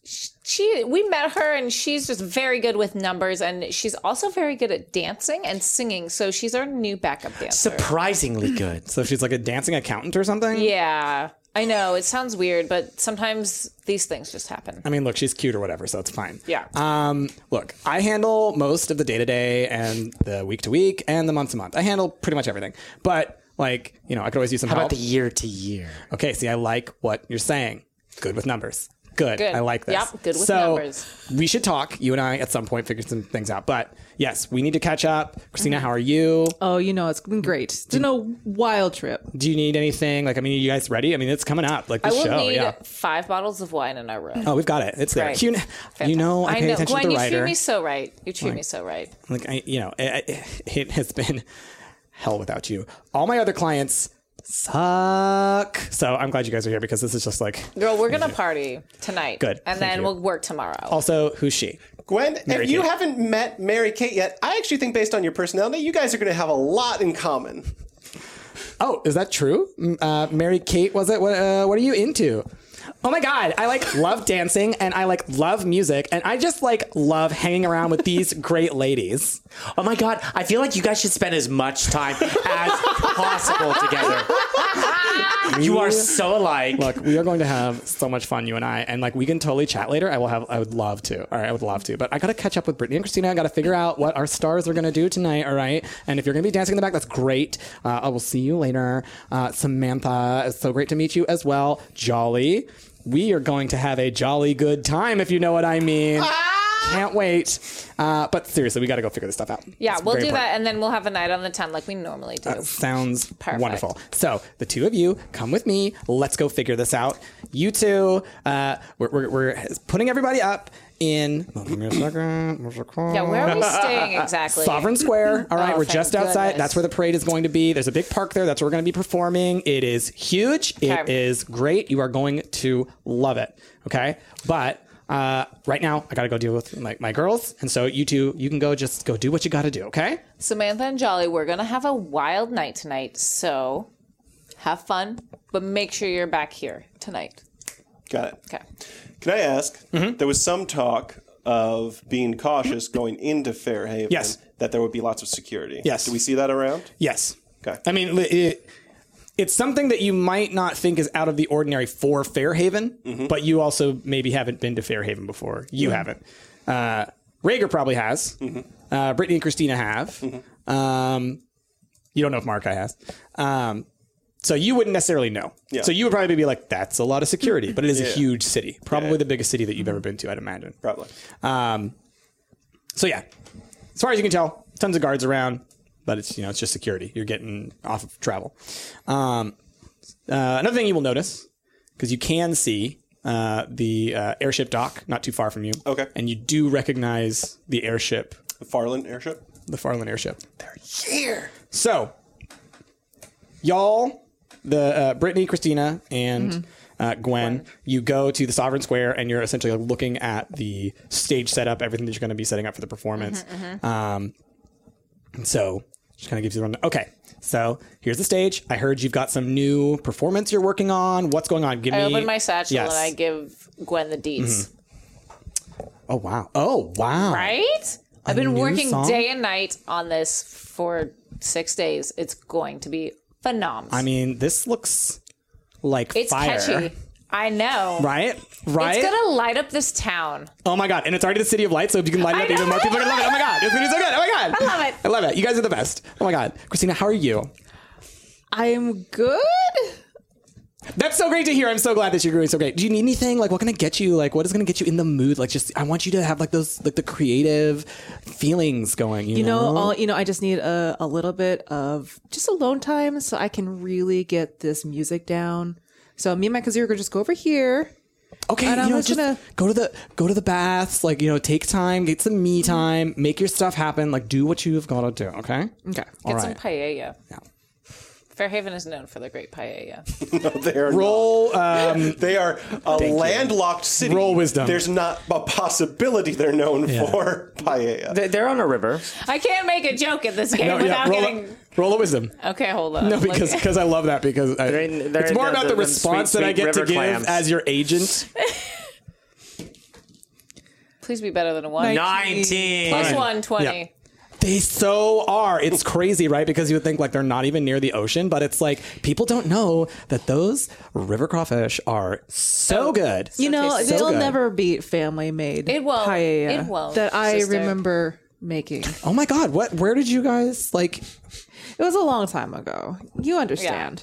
[SPEAKER 6] sh- she we met her and she's just very good with numbers and she's also very good at dancing and singing so she's our new backup dancer.
[SPEAKER 4] Surprisingly good.
[SPEAKER 2] So she's like a dancing accountant or something?
[SPEAKER 6] yeah. I know it sounds weird but sometimes these things just happen.
[SPEAKER 2] I mean, look, she's cute or whatever, so it's fine.
[SPEAKER 6] Yeah.
[SPEAKER 2] Um, look, I handle most of the day to day and the week to week and the month to month. I handle pretty much everything. But like, you know, I could always use some
[SPEAKER 4] How
[SPEAKER 2] help.
[SPEAKER 4] about the year to year?
[SPEAKER 2] okay, see, I like what you're saying. Good with numbers. Good.
[SPEAKER 6] Good.
[SPEAKER 2] I like this.
[SPEAKER 6] Yep, good with
[SPEAKER 2] so,
[SPEAKER 6] numbers.
[SPEAKER 2] We should talk, you and I, at some point, figure some things out. But yes, we need to catch up.
[SPEAKER 6] Mm-hmm.
[SPEAKER 2] Christina, how are you?
[SPEAKER 5] Oh, you know, it's been
[SPEAKER 6] Mm.
[SPEAKER 5] great. It's been a wild trip.
[SPEAKER 2] Do you need anything? Like, I mean, are you guys ready? I mean, it's coming up. Like,
[SPEAKER 6] I
[SPEAKER 2] this
[SPEAKER 6] will
[SPEAKER 2] show.
[SPEAKER 6] need
[SPEAKER 2] yeah.
[SPEAKER 6] five bottles of wine in our room.
[SPEAKER 2] Oh, we've got it. It's there.
[SPEAKER 6] Right.
[SPEAKER 2] You, kn- you know, I pay attention
[SPEAKER 6] Gwen,
[SPEAKER 2] to the
[SPEAKER 6] you
[SPEAKER 2] writer.
[SPEAKER 6] treat me so right. You treat me so right.
[SPEAKER 2] like I, you know, I, I- it has been hell without you. All my other clients suck. So I'm glad you guys are here because this is just like
[SPEAKER 6] Girl, we're gonna party tonight.
[SPEAKER 2] Good. Thank
[SPEAKER 6] And then
[SPEAKER 2] you.
[SPEAKER 6] we'll work tomorrow.
[SPEAKER 2] also who's she?
[SPEAKER 3] Gwen,
[SPEAKER 2] Mary
[SPEAKER 3] if you
[SPEAKER 2] Kate.
[SPEAKER 3] haven't met Mary Kate yet, I actually think based on your personality, you guys are going to have a lot in common.
[SPEAKER 2] Oh, is that true? M- Uh, Mary Kate was it? What, uh, what are you into? Oh my god, I like love dancing and I like love music and I just like love hanging around with these great ladies.
[SPEAKER 4] Oh my god, I feel like you guys should spend as much time as possible together. You are so alike.
[SPEAKER 2] Look, we are going to have so much fun, you and I, and like we can totally chat later. I will have, I would love to. All right, I would love to, but I gotta catch up with Brittany and Christina. I gotta figure out what our stars are gonna do tonight. All right, and if you're gonna be dancing in the back, that's great. Uh, I will see you later, uh, Samantha. It's so great to meet you as well, Jolly. We are going to have a jolly good time, if you know what I mean.
[SPEAKER 6] Ah!
[SPEAKER 2] Can't wait. Uh, but seriously, we gotta go figure this stuff out.
[SPEAKER 6] yeah,
[SPEAKER 2] It's
[SPEAKER 6] we'll do
[SPEAKER 2] very important.
[SPEAKER 6] that and then we'll have a night on the town like we normally do.
[SPEAKER 2] Sounds
[SPEAKER 6] Perfect.
[SPEAKER 2] wonderful. So the two of you come with me. Let's go figure this out. You two, uh, we're, we're, we're putting everybody up in. Give me a second. Where's the clock?
[SPEAKER 6] yeah, where are we staying exactly?
[SPEAKER 2] Sovereign Square. All right,
[SPEAKER 6] Oh,
[SPEAKER 2] we're
[SPEAKER 6] thank
[SPEAKER 2] just outside.
[SPEAKER 6] goodness.
[SPEAKER 2] That's where the parade is going to be. There's a big park there. That's where we're going to be performing. It is huge. It
[SPEAKER 6] Okay.
[SPEAKER 2] is great. You are going to love it. Okay, but. Uh, right now, I gotta go deal with my, my girls, and so you two, you can go just go do what you gotta do, okay?
[SPEAKER 6] Samantha and Jolly, we're gonna have a wild night tonight, so have fun, but make sure you're back here tonight.
[SPEAKER 3] Got it.
[SPEAKER 6] Okay.
[SPEAKER 3] Can I ask?
[SPEAKER 2] Mm-hmm.
[SPEAKER 3] There was some talk of being cautious going into Fairhaven.
[SPEAKER 2] Yes.
[SPEAKER 3] That there would be lots of security.
[SPEAKER 2] Yes.
[SPEAKER 3] Do we see that around?
[SPEAKER 2] Yes.
[SPEAKER 3] Okay.
[SPEAKER 2] I mean, li- it, it's something that you might not think is out of the ordinary for Fairhaven,
[SPEAKER 3] Mm-hmm.
[SPEAKER 2] but you also maybe haven't been to Fairhaven before. You haven't. Uh, Rager probably has.
[SPEAKER 3] Mm-hmm.
[SPEAKER 2] Uh, Brittany and Christina have. Um, you don't know if Markai has. Um, so you wouldn't necessarily know.
[SPEAKER 3] Yeah.
[SPEAKER 2] So you would probably be like, that's a lot of security, but it is a
[SPEAKER 3] Yeah.
[SPEAKER 2] huge city. Probably
[SPEAKER 3] Yeah. Mm-hmm.
[SPEAKER 2] the biggest city that you've ever been to, I'd imagine.
[SPEAKER 3] Probably.
[SPEAKER 2] Um, so yeah, as far as you can tell, tons of guards around, but it's you know it's just security. You're getting off of travel. Um, uh, another thing you will notice because you can see uh, the uh, airship dock not too far from you.
[SPEAKER 3] Okay.
[SPEAKER 2] and you do recognize the airship,
[SPEAKER 3] The Farland airship.
[SPEAKER 2] the Farland airship. They're here. So, y'all, the uh, Brittany, Christina, and.
[SPEAKER 6] Mm-hmm.
[SPEAKER 2] Uh, Gwen, you go to the Sovereign Square and you're essentially like, looking at the stage setup, everything that you're going to be setting up for the performance.
[SPEAKER 6] Mm-hmm,
[SPEAKER 2] Um, and so just kind of gives you the rundown. Okay, so here's the stage. I heard you've got some new performance you're working on. What's going on? Give
[SPEAKER 6] I
[SPEAKER 2] me.
[SPEAKER 6] open my satchel
[SPEAKER 2] Yes. Mm-hmm.
[SPEAKER 6] and I give Gwen the deeds.
[SPEAKER 2] Oh wow! Oh wow!
[SPEAKER 6] Right? I've
[SPEAKER 2] new
[SPEAKER 6] been working
[SPEAKER 2] song?
[SPEAKER 6] day and night on this for six days. It's going to be phenomenal.
[SPEAKER 2] I mean, this looks like
[SPEAKER 6] It's
[SPEAKER 2] fire.
[SPEAKER 6] catchy. I know.
[SPEAKER 2] Right? Right?
[SPEAKER 6] It's gonna light up this town.
[SPEAKER 2] Oh my god! And it's already the city of light, so if you can light it
[SPEAKER 6] I
[SPEAKER 2] up even
[SPEAKER 6] know,
[SPEAKER 2] more, people are gonna love it. Oh my god! It's gonna be so good! Oh my god!
[SPEAKER 6] I love it.
[SPEAKER 2] I love it. You guys are the best. Oh my god, Christina, how are you?
[SPEAKER 5] I'm good.
[SPEAKER 2] That's so great to hear. I'm so glad that you're doing so great. Do you need anything? Like, what can I get you? Like, what is gonna get you in the mood? Like, just I want you to have like those like the creative feelings going. You,
[SPEAKER 5] You know, all, you know, I just need a, a little bit of just alone time so I can really get this music down. So me and my kazoo are gonna just go over here.
[SPEAKER 2] okay,
[SPEAKER 5] and
[SPEAKER 2] you
[SPEAKER 5] I'm
[SPEAKER 2] know,
[SPEAKER 5] just
[SPEAKER 2] just
[SPEAKER 5] gonna-
[SPEAKER 2] go to the go to the baths. Like, you know, take time, get some me
[SPEAKER 6] Mm-hmm.
[SPEAKER 2] time, make your stuff happen. Like, do what you've got to do. Okay.
[SPEAKER 5] Okay.
[SPEAKER 2] All
[SPEAKER 6] Get some
[SPEAKER 2] right.
[SPEAKER 6] paella.
[SPEAKER 2] Yeah.
[SPEAKER 6] Fairhaven is known for the great paella.
[SPEAKER 3] They are,
[SPEAKER 2] Roll. Um,
[SPEAKER 3] they are a landlocked city.
[SPEAKER 2] Roll wisdom.
[SPEAKER 3] There's not a possibility they're known for paella.
[SPEAKER 4] They- They're on a river.
[SPEAKER 6] I can't make a joke in this game
[SPEAKER 2] no, yeah.
[SPEAKER 6] without
[SPEAKER 2] Roll,
[SPEAKER 6] getting.
[SPEAKER 2] a, roll a wisdom.
[SPEAKER 6] Okay, hold on.
[SPEAKER 2] No, because because I love that because I,
[SPEAKER 4] in- they're
[SPEAKER 2] it's
[SPEAKER 4] in
[SPEAKER 2] more
[SPEAKER 4] the-
[SPEAKER 2] about the,
[SPEAKER 4] the- the
[SPEAKER 2] response
[SPEAKER 4] sweet,
[SPEAKER 2] that I
[SPEAKER 4] sweet
[SPEAKER 2] get to
[SPEAKER 4] river
[SPEAKER 2] give
[SPEAKER 4] clams.
[SPEAKER 2] as your agent.
[SPEAKER 6] please be better than a one.
[SPEAKER 4] Nineteen.
[SPEAKER 6] Plus one, 20.
[SPEAKER 2] They so are. It's crazy, right? Because you would think like they're not even near the ocean, but it's like people don't know that those river crawfish are so good.
[SPEAKER 5] You know,
[SPEAKER 6] tasty.
[SPEAKER 5] they'll
[SPEAKER 2] So good.
[SPEAKER 5] never beat family made.
[SPEAKER 6] It won't.
[SPEAKER 5] Paella
[SPEAKER 6] It won't,
[SPEAKER 5] That I
[SPEAKER 6] sister.
[SPEAKER 5] remember making. It
[SPEAKER 2] Oh my god, what? Where did you guys like?
[SPEAKER 5] was a long time ago. You understand.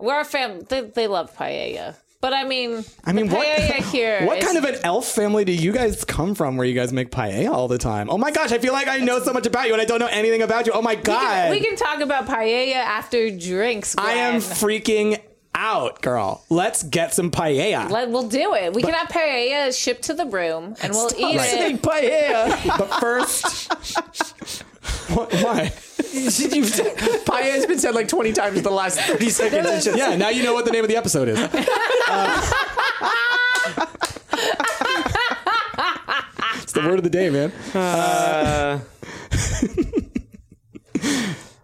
[SPEAKER 6] We're a fam. They, they love paella. But I mean,
[SPEAKER 2] I mean,
[SPEAKER 6] the
[SPEAKER 2] what?
[SPEAKER 6] paella here.
[SPEAKER 2] what
[SPEAKER 6] is-
[SPEAKER 2] kind of an elf family do you guys come from? Where you guys make paella all the time? Oh my gosh, I feel like I know so much about you, and I don't know anything about you. Oh my
[SPEAKER 6] We
[SPEAKER 2] god,
[SPEAKER 6] can, we can talk about paella after drinks.
[SPEAKER 2] I am
[SPEAKER 6] Gwen.
[SPEAKER 2] freaking out, girl. Let's get some paella.
[SPEAKER 6] Let, we'll do it. We can have paella shipped to the room, and we'll eat it.
[SPEAKER 4] Paella.
[SPEAKER 2] But first, what, why?
[SPEAKER 4] You've said- Paella's been said like twenty times in the last uh, thirty seconds. It's just-
[SPEAKER 2] Yeah, now you know what the name of the episode is. Uh, it's the word of the day, man. Uh,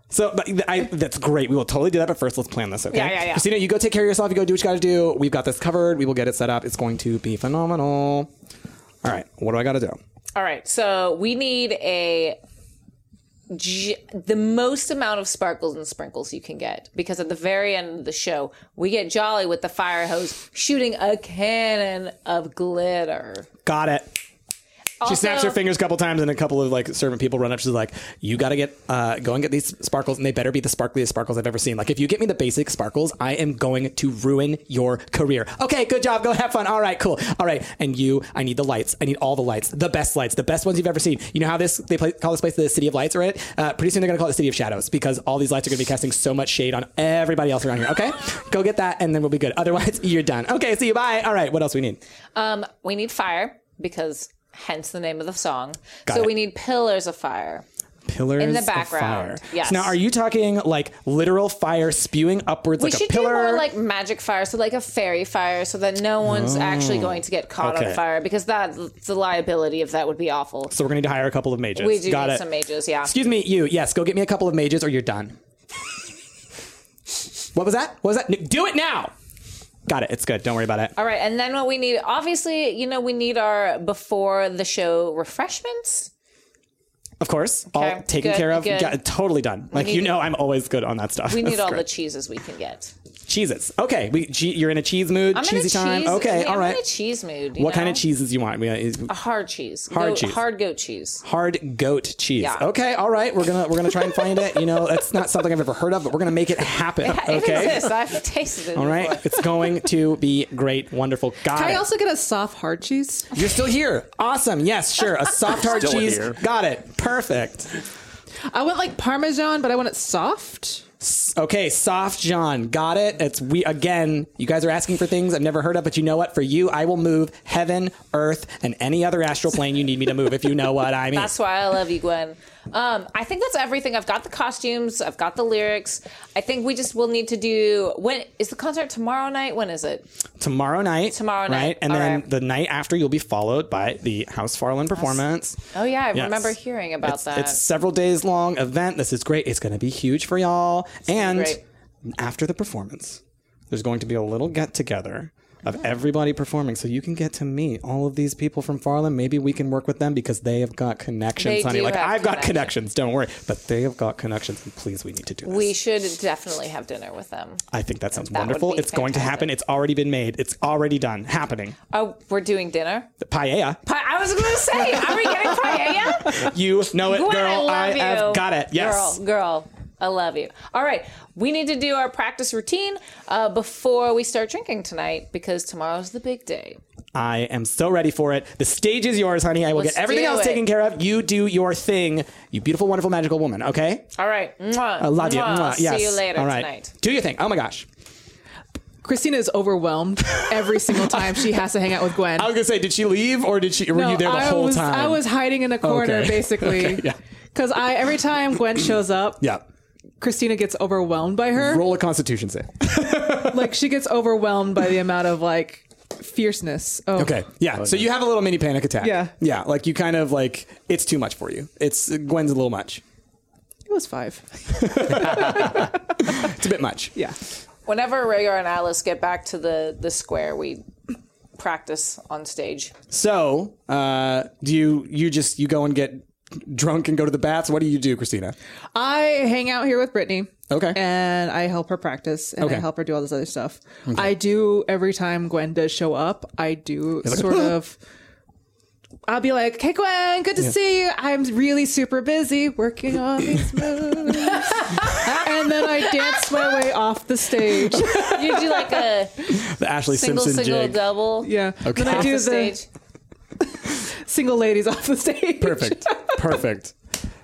[SPEAKER 2] so, but I, that's great. We will totally do that. But first, let's plan this. Okay,
[SPEAKER 6] Yeah, yeah, yeah.
[SPEAKER 2] Christina, you go take care of yourself. You go do what you got to do. We've got this covered. We will get it set up. It's going to be phenomenal. All right, what do I got to do?
[SPEAKER 6] All right, so we need a j- the most amount of sparkles and sprinkles you can get because at the very end of the show, we get Jolly with the fire hose shooting a cannon of glitter.
[SPEAKER 2] Got it.
[SPEAKER 6] Also,
[SPEAKER 2] She snaps her fingers a couple times, and a couple of like servant people run up. She's like, "You got to get uh, go and get these sparkles, and they better be the sparkliest sparkles I've ever seen. Like, if you get me the basic sparkles, I am going to ruin your career." Okay, good job. Go have fun. All right, cool. All right, and you, I need the lights. I need all the lights, the best lights, the best ones you've ever seen. You know how this they play, call this place the City of Lights, right? Uh, pretty soon they're gonna call it the City of Shadows because all these lights are gonna be casting so much shade on everybody else around here. Okay, go get that, and then we'll be good. Otherwise, you're done. Okay, see you. Bye. All right, what else we need?
[SPEAKER 6] um, we need fire because hence the name of the song. so
[SPEAKER 2] it.
[SPEAKER 6] we need pillars of fire.
[SPEAKER 2] pillars
[SPEAKER 6] In the
[SPEAKER 2] of
[SPEAKER 6] background,
[SPEAKER 2] fire.
[SPEAKER 6] yes.
[SPEAKER 2] So now, are you talking like literal fire spewing upwards
[SPEAKER 6] We
[SPEAKER 2] like a
[SPEAKER 6] should do
[SPEAKER 2] pillar?
[SPEAKER 6] more like magic fire, so like a fairy fire, so that no one's actually going to get caught
[SPEAKER 2] Oh, okay.
[SPEAKER 6] on fire because that the liability of that would be awful.
[SPEAKER 2] so we're going to hire a couple of mages.
[SPEAKER 6] we do
[SPEAKER 2] Got
[SPEAKER 6] need
[SPEAKER 2] it.
[SPEAKER 6] some mages, yeah.
[SPEAKER 2] Excuse me, you. Yes, go get me a couple of mages, or you're done. what was that? What was that? N- Do it now. Got it. It's good. Don't worry about it.
[SPEAKER 6] All right, and then what we need, obviously, you know, we need our before the show refreshments.
[SPEAKER 2] Of course,
[SPEAKER 6] Okay,
[SPEAKER 2] all taken
[SPEAKER 6] good,
[SPEAKER 2] care of.
[SPEAKER 6] good.
[SPEAKER 2] Got- totally done. Like you
[SPEAKER 6] need-
[SPEAKER 2] know, I'm always good on that stuff.
[SPEAKER 6] We need all the cheeses we can get.
[SPEAKER 2] cheeses. Okay, we, che- you're in a cheese mood.
[SPEAKER 6] I'm in a
[SPEAKER 2] cheesy time.
[SPEAKER 6] cheese- I
[SPEAKER 2] Okay,
[SPEAKER 6] mean,
[SPEAKER 2] all
[SPEAKER 6] I'm
[SPEAKER 2] right.
[SPEAKER 6] in a cheese mood. you
[SPEAKER 2] what kind
[SPEAKER 6] know?
[SPEAKER 2] of cheeses you want? We, uh, is-
[SPEAKER 6] A hard cheese.
[SPEAKER 2] Hard
[SPEAKER 6] goat,
[SPEAKER 2] cheese.
[SPEAKER 6] Hard goat cheese.
[SPEAKER 2] hard goat cheese.
[SPEAKER 6] Yeah.
[SPEAKER 2] Okay, all right. We're gonna we're gonna try and find it. You know, that's not something I've ever heard of, but we're gonna make it happen.
[SPEAKER 6] It
[SPEAKER 2] Okay.
[SPEAKER 6] exists. I've tasted it.
[SPEAKER 2] All right. It's going to be great, wonderful. Got
[SPEAKER 5] Can I
[SPEAKER 2] it.
[SPEAKER 5] also get a soft hard cheese?
[SPEAKER 2] You're still here. Awesome. Yes, sure. A soft hard
[SPEAKER 4] Still in
[SPEAKER 2] cheese.
[SPEAKER 4] here.
[SPEAKER 2] Got it. Perfect.
[SPEAKER 5] I want like Parmesan, but I want it soft.
[SPEAKER 2] Okay, soft John. Got it. It's we again. You guys are asking for things I've never heard of, but you know what? For you, I will move heaven, earth, and any other astral plane you need me to move. If you know what I mean.
[SPEAKER 6] That's why I love you, Gwen. Um, I think that's everything. I've got the costumes. I've got the lyrics. I think we just will need to do. When is the concert tomorrow night? When is it?
[SPEAKER 2] tomorrow night.
[SPEAKER 6] Tomorrow night.
[SPEAKER 2] Right? And
[SPEAKER 6] All
[SPEAKER 2] then
[SPEAKER 6] right.
[SPEAKER 2] the night after, you'll be followed by the House Farland performance.
[SPEAKER 6] Oh yeah, I
[SPEAKER 2] Yes.
[SPEAKER 6] remember hearing about
[SPEAKER 2] it's,
[SPEAKER 6] that.
[SPEAKER 2] It's several days long event. This is great. It's going to be huge for y'all. and
[SPEAKER 6] great.
[SPEAKER 2] after the performance, there's going to be a little get together of everybody performing. So you can get to meet all of these people from Farland. Maybe we can work with them because they have got connections,
[SPEAKER 6] They
[SPEAKER 2] honey.
[SPEAKER 6] do
[SPEAKER 2] Like
[SPEAKER 6] have
[SPEAKER 2] I've got
[SPEAKER 6] connections.
[SPEAKER 2] connections. Don't worry, but they have got connections. And please, we need to do this.
[SPEAKER 6] We should definitely have dinner with them.
[SPEAKER 2] I think that sounds
[SPEAKER 6] That would
[SPEAKER 2] wonderful.
[SPEAKER 6] be
[SPEAKER 2] It's going to happen. It's already been made. It's already done. Happening.
[SPEAKER 6] Oh, we're doing dinner.
[SPEAKER 2] Paella.
[SPEAKER 6] Pa- I was going to say, are we getting paella?
[SPEAKER 2] You know it,
[SPEAKER 6] Gwen, I
[SPEAKER 2] girl.
[SPEAKER 6] love
[SPEAKER 2] I,
[SPEAKER 6] you.
[SPEAKER 2] have got it. Yes.
[SPEAKER 6] Girl, girl, I love you. All right, we need to do our practice routine uh, before we start drinking tonight because tomorrow's the big day.
[SPEAKER 2] I am so ready for it. The stage is yours, honey. I will
[SPEAKER 6] Let's
[SPEAKER 2] get everything
[SPEAKER 6] do
[SPEAKER 2] else
[SPEAKER 6] it.
[SPEAKER 2] taken care of. You do your thing, you beautiful, wonderful, magical woman, okay?
[SPEAKER 6] All right. Mwah,
[SPEAKER 2] I love you.
[SPEAKER 6] mwah.
[SPEAKER 2] Mwah. Yes.
[SPEAKER 6] See you later
[SPEAKER 2] All right.
[SPEAKER 6] tonight.
[SPEAKER 2] Do your thing. Oh my gosh.
[SPEAKER 5] Christina is overwhelmed every single time she has to hang out with Gwen.
[SPEAKER 2] I was going to say, did she leave or did she, were
[SPEAKER 5] No,
[SPEAKER 2] you there the
[SPEAKER 5] I
[SPEAKER 2] whole
[SPEAKER 5] was,
[SPEAKER 2] time? Oh,
[SPEAKER 5] I was hiding in a corner
[SPEAKER 2] Okay.
[SPEAKER 5] basically.
[SPEAKER 2] yeah.
[SPEAKER 5] Because I every time Gwen shows up,
[SPEAKER 2] Yeah.
[SPEAKER 5] Christina gets overwhelmed by her.
[SPEAKER 2] Roll a constitution save.
[SPEAKER 5] Like she gets overwhelmed by the amount of like fierceness. Oh.
[SPEAKER 2] Okay. Yeah. so you have a little mini panic attack.
[SPEAKER 5] Yeah.
[SPEAKER 2] Yeah. Like you kind of like, it's too much for you. It's, Gwen's a little much.
[SPEAKER 5] It was five.
[SPEAKER 2] It's a bit much.
[SPEAKER 5] Yeah.
[SPEAKER 6] Whenever Rhaegar and Alice get back to the, the square, we practice on stage.
[SPEAKER 2] So, uh, do you, you just, you go and get drunk and go to the baths? What do you do, Christina?
[SPEAKER 5] I hang out here with Brittany.
[SPEAKER 2] Okay.
[SPEAKER 5] And I help her practice and
[SPEAKER 2] Okay.
[SPEAKER 5] I help her do all this other stuff. I do every time Gwen does show up, I do sort of I'll be like, Hey Gwen, good to see you. I'm really super busy working on these moves. and then I dance my way off the stage.
[SPEAKER 6] You do like a
[SPEAKER 2] The Ashley
[SPEAKER 6] single,
[SPEAKER 2] Simpson
[SPEAKER 6] single,
[SPEAKER 2] jig.
[SPEAKER 6] double.
[SPEAKER 5] Yeah.
[SPEAKER 2] Okay.
[SPEAKER 5] Then I
[SPEAKER 6] Off
[SPEAKER 5] do
[SPEAKER 6] the
[SPEAKER 5] the
[SPEAKER 6] stage.
[SPEAKER 5] single ladies off the stage.
[SPEAKER 2] Perfect. Perfect.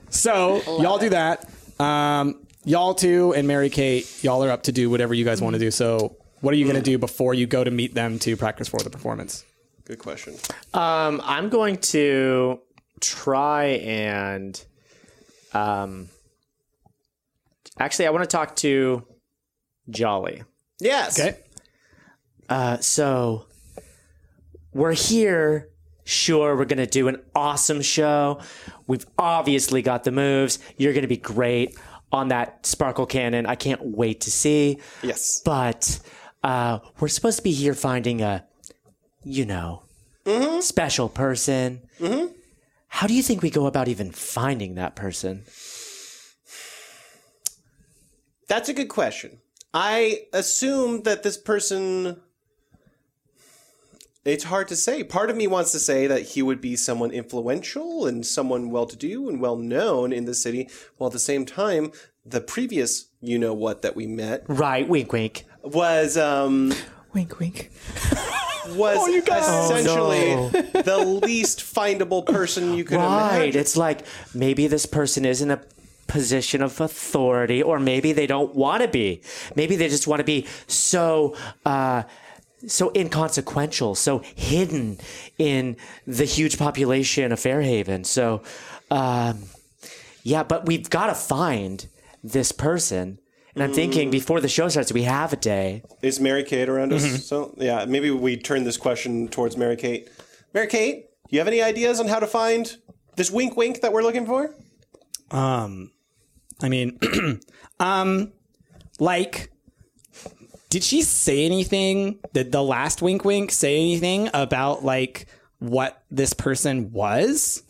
[SPEAKER 2] So y'all do that. Um, y'all too, and Mary Kate, y'all are up to do whatever you guys want to do. So what are you going to do before you go to meet them to practice for the performance?
[SPEAKER 3] Good question.
[SPEAKER 7] Um, I'm going to try and um, actually, I want to talk to Jolly.
[SPEAKER 8] Yes.
[SPEAKER 2] Okay.
[SPEAKER 4] So we're here. Sure, we're going to do an awesome show. We've obviously got the moves. You're going to be great on that sparkle cannon. I can't wait to see.
[SPEAKER 3] Yes.
[SPEAKER 4] But uh, we're supposed to be here finding a, you know, special person. How do you think we go about even finding that person?
[SPEAKER 8] That's a good question. I assume that this person.
[SPEAKER 3] It's hard to say. Part of me wants to say that he would be someone influential and someone well to do and well known in the city, while at the same time, the previous you know what that we met
[SPEAKER 4] Right, wink, wink.
[SPEAKER 3] was um
[SPEAKER 5] Wink wink.
[SPEAKER 3] was essentially the least findable person you could
[SPEAKER 4] Right.
[SPEAKER 3] imagine.
[SPEAKER 4] It's like maybe this person is in a position of authority, or maybe they don't want to be. Maybe they just want to be so. Uh, so inconsequential, so hidden in the huge population of Fairhaven. So, um, yeah, but we've got to find this person. And I'm thinking before the show starts, we have a day.
[SPEAKER 3] Is Mary Kate around us? So yeah, maybe we turn this question towards Mary Kate. Mary Kate, you have any ideas on how to find this wink wink that we're looking for?
[SPEAKER 2] I mean, um, like, did she say anything? Did the last wink wink say anything about like what this person was?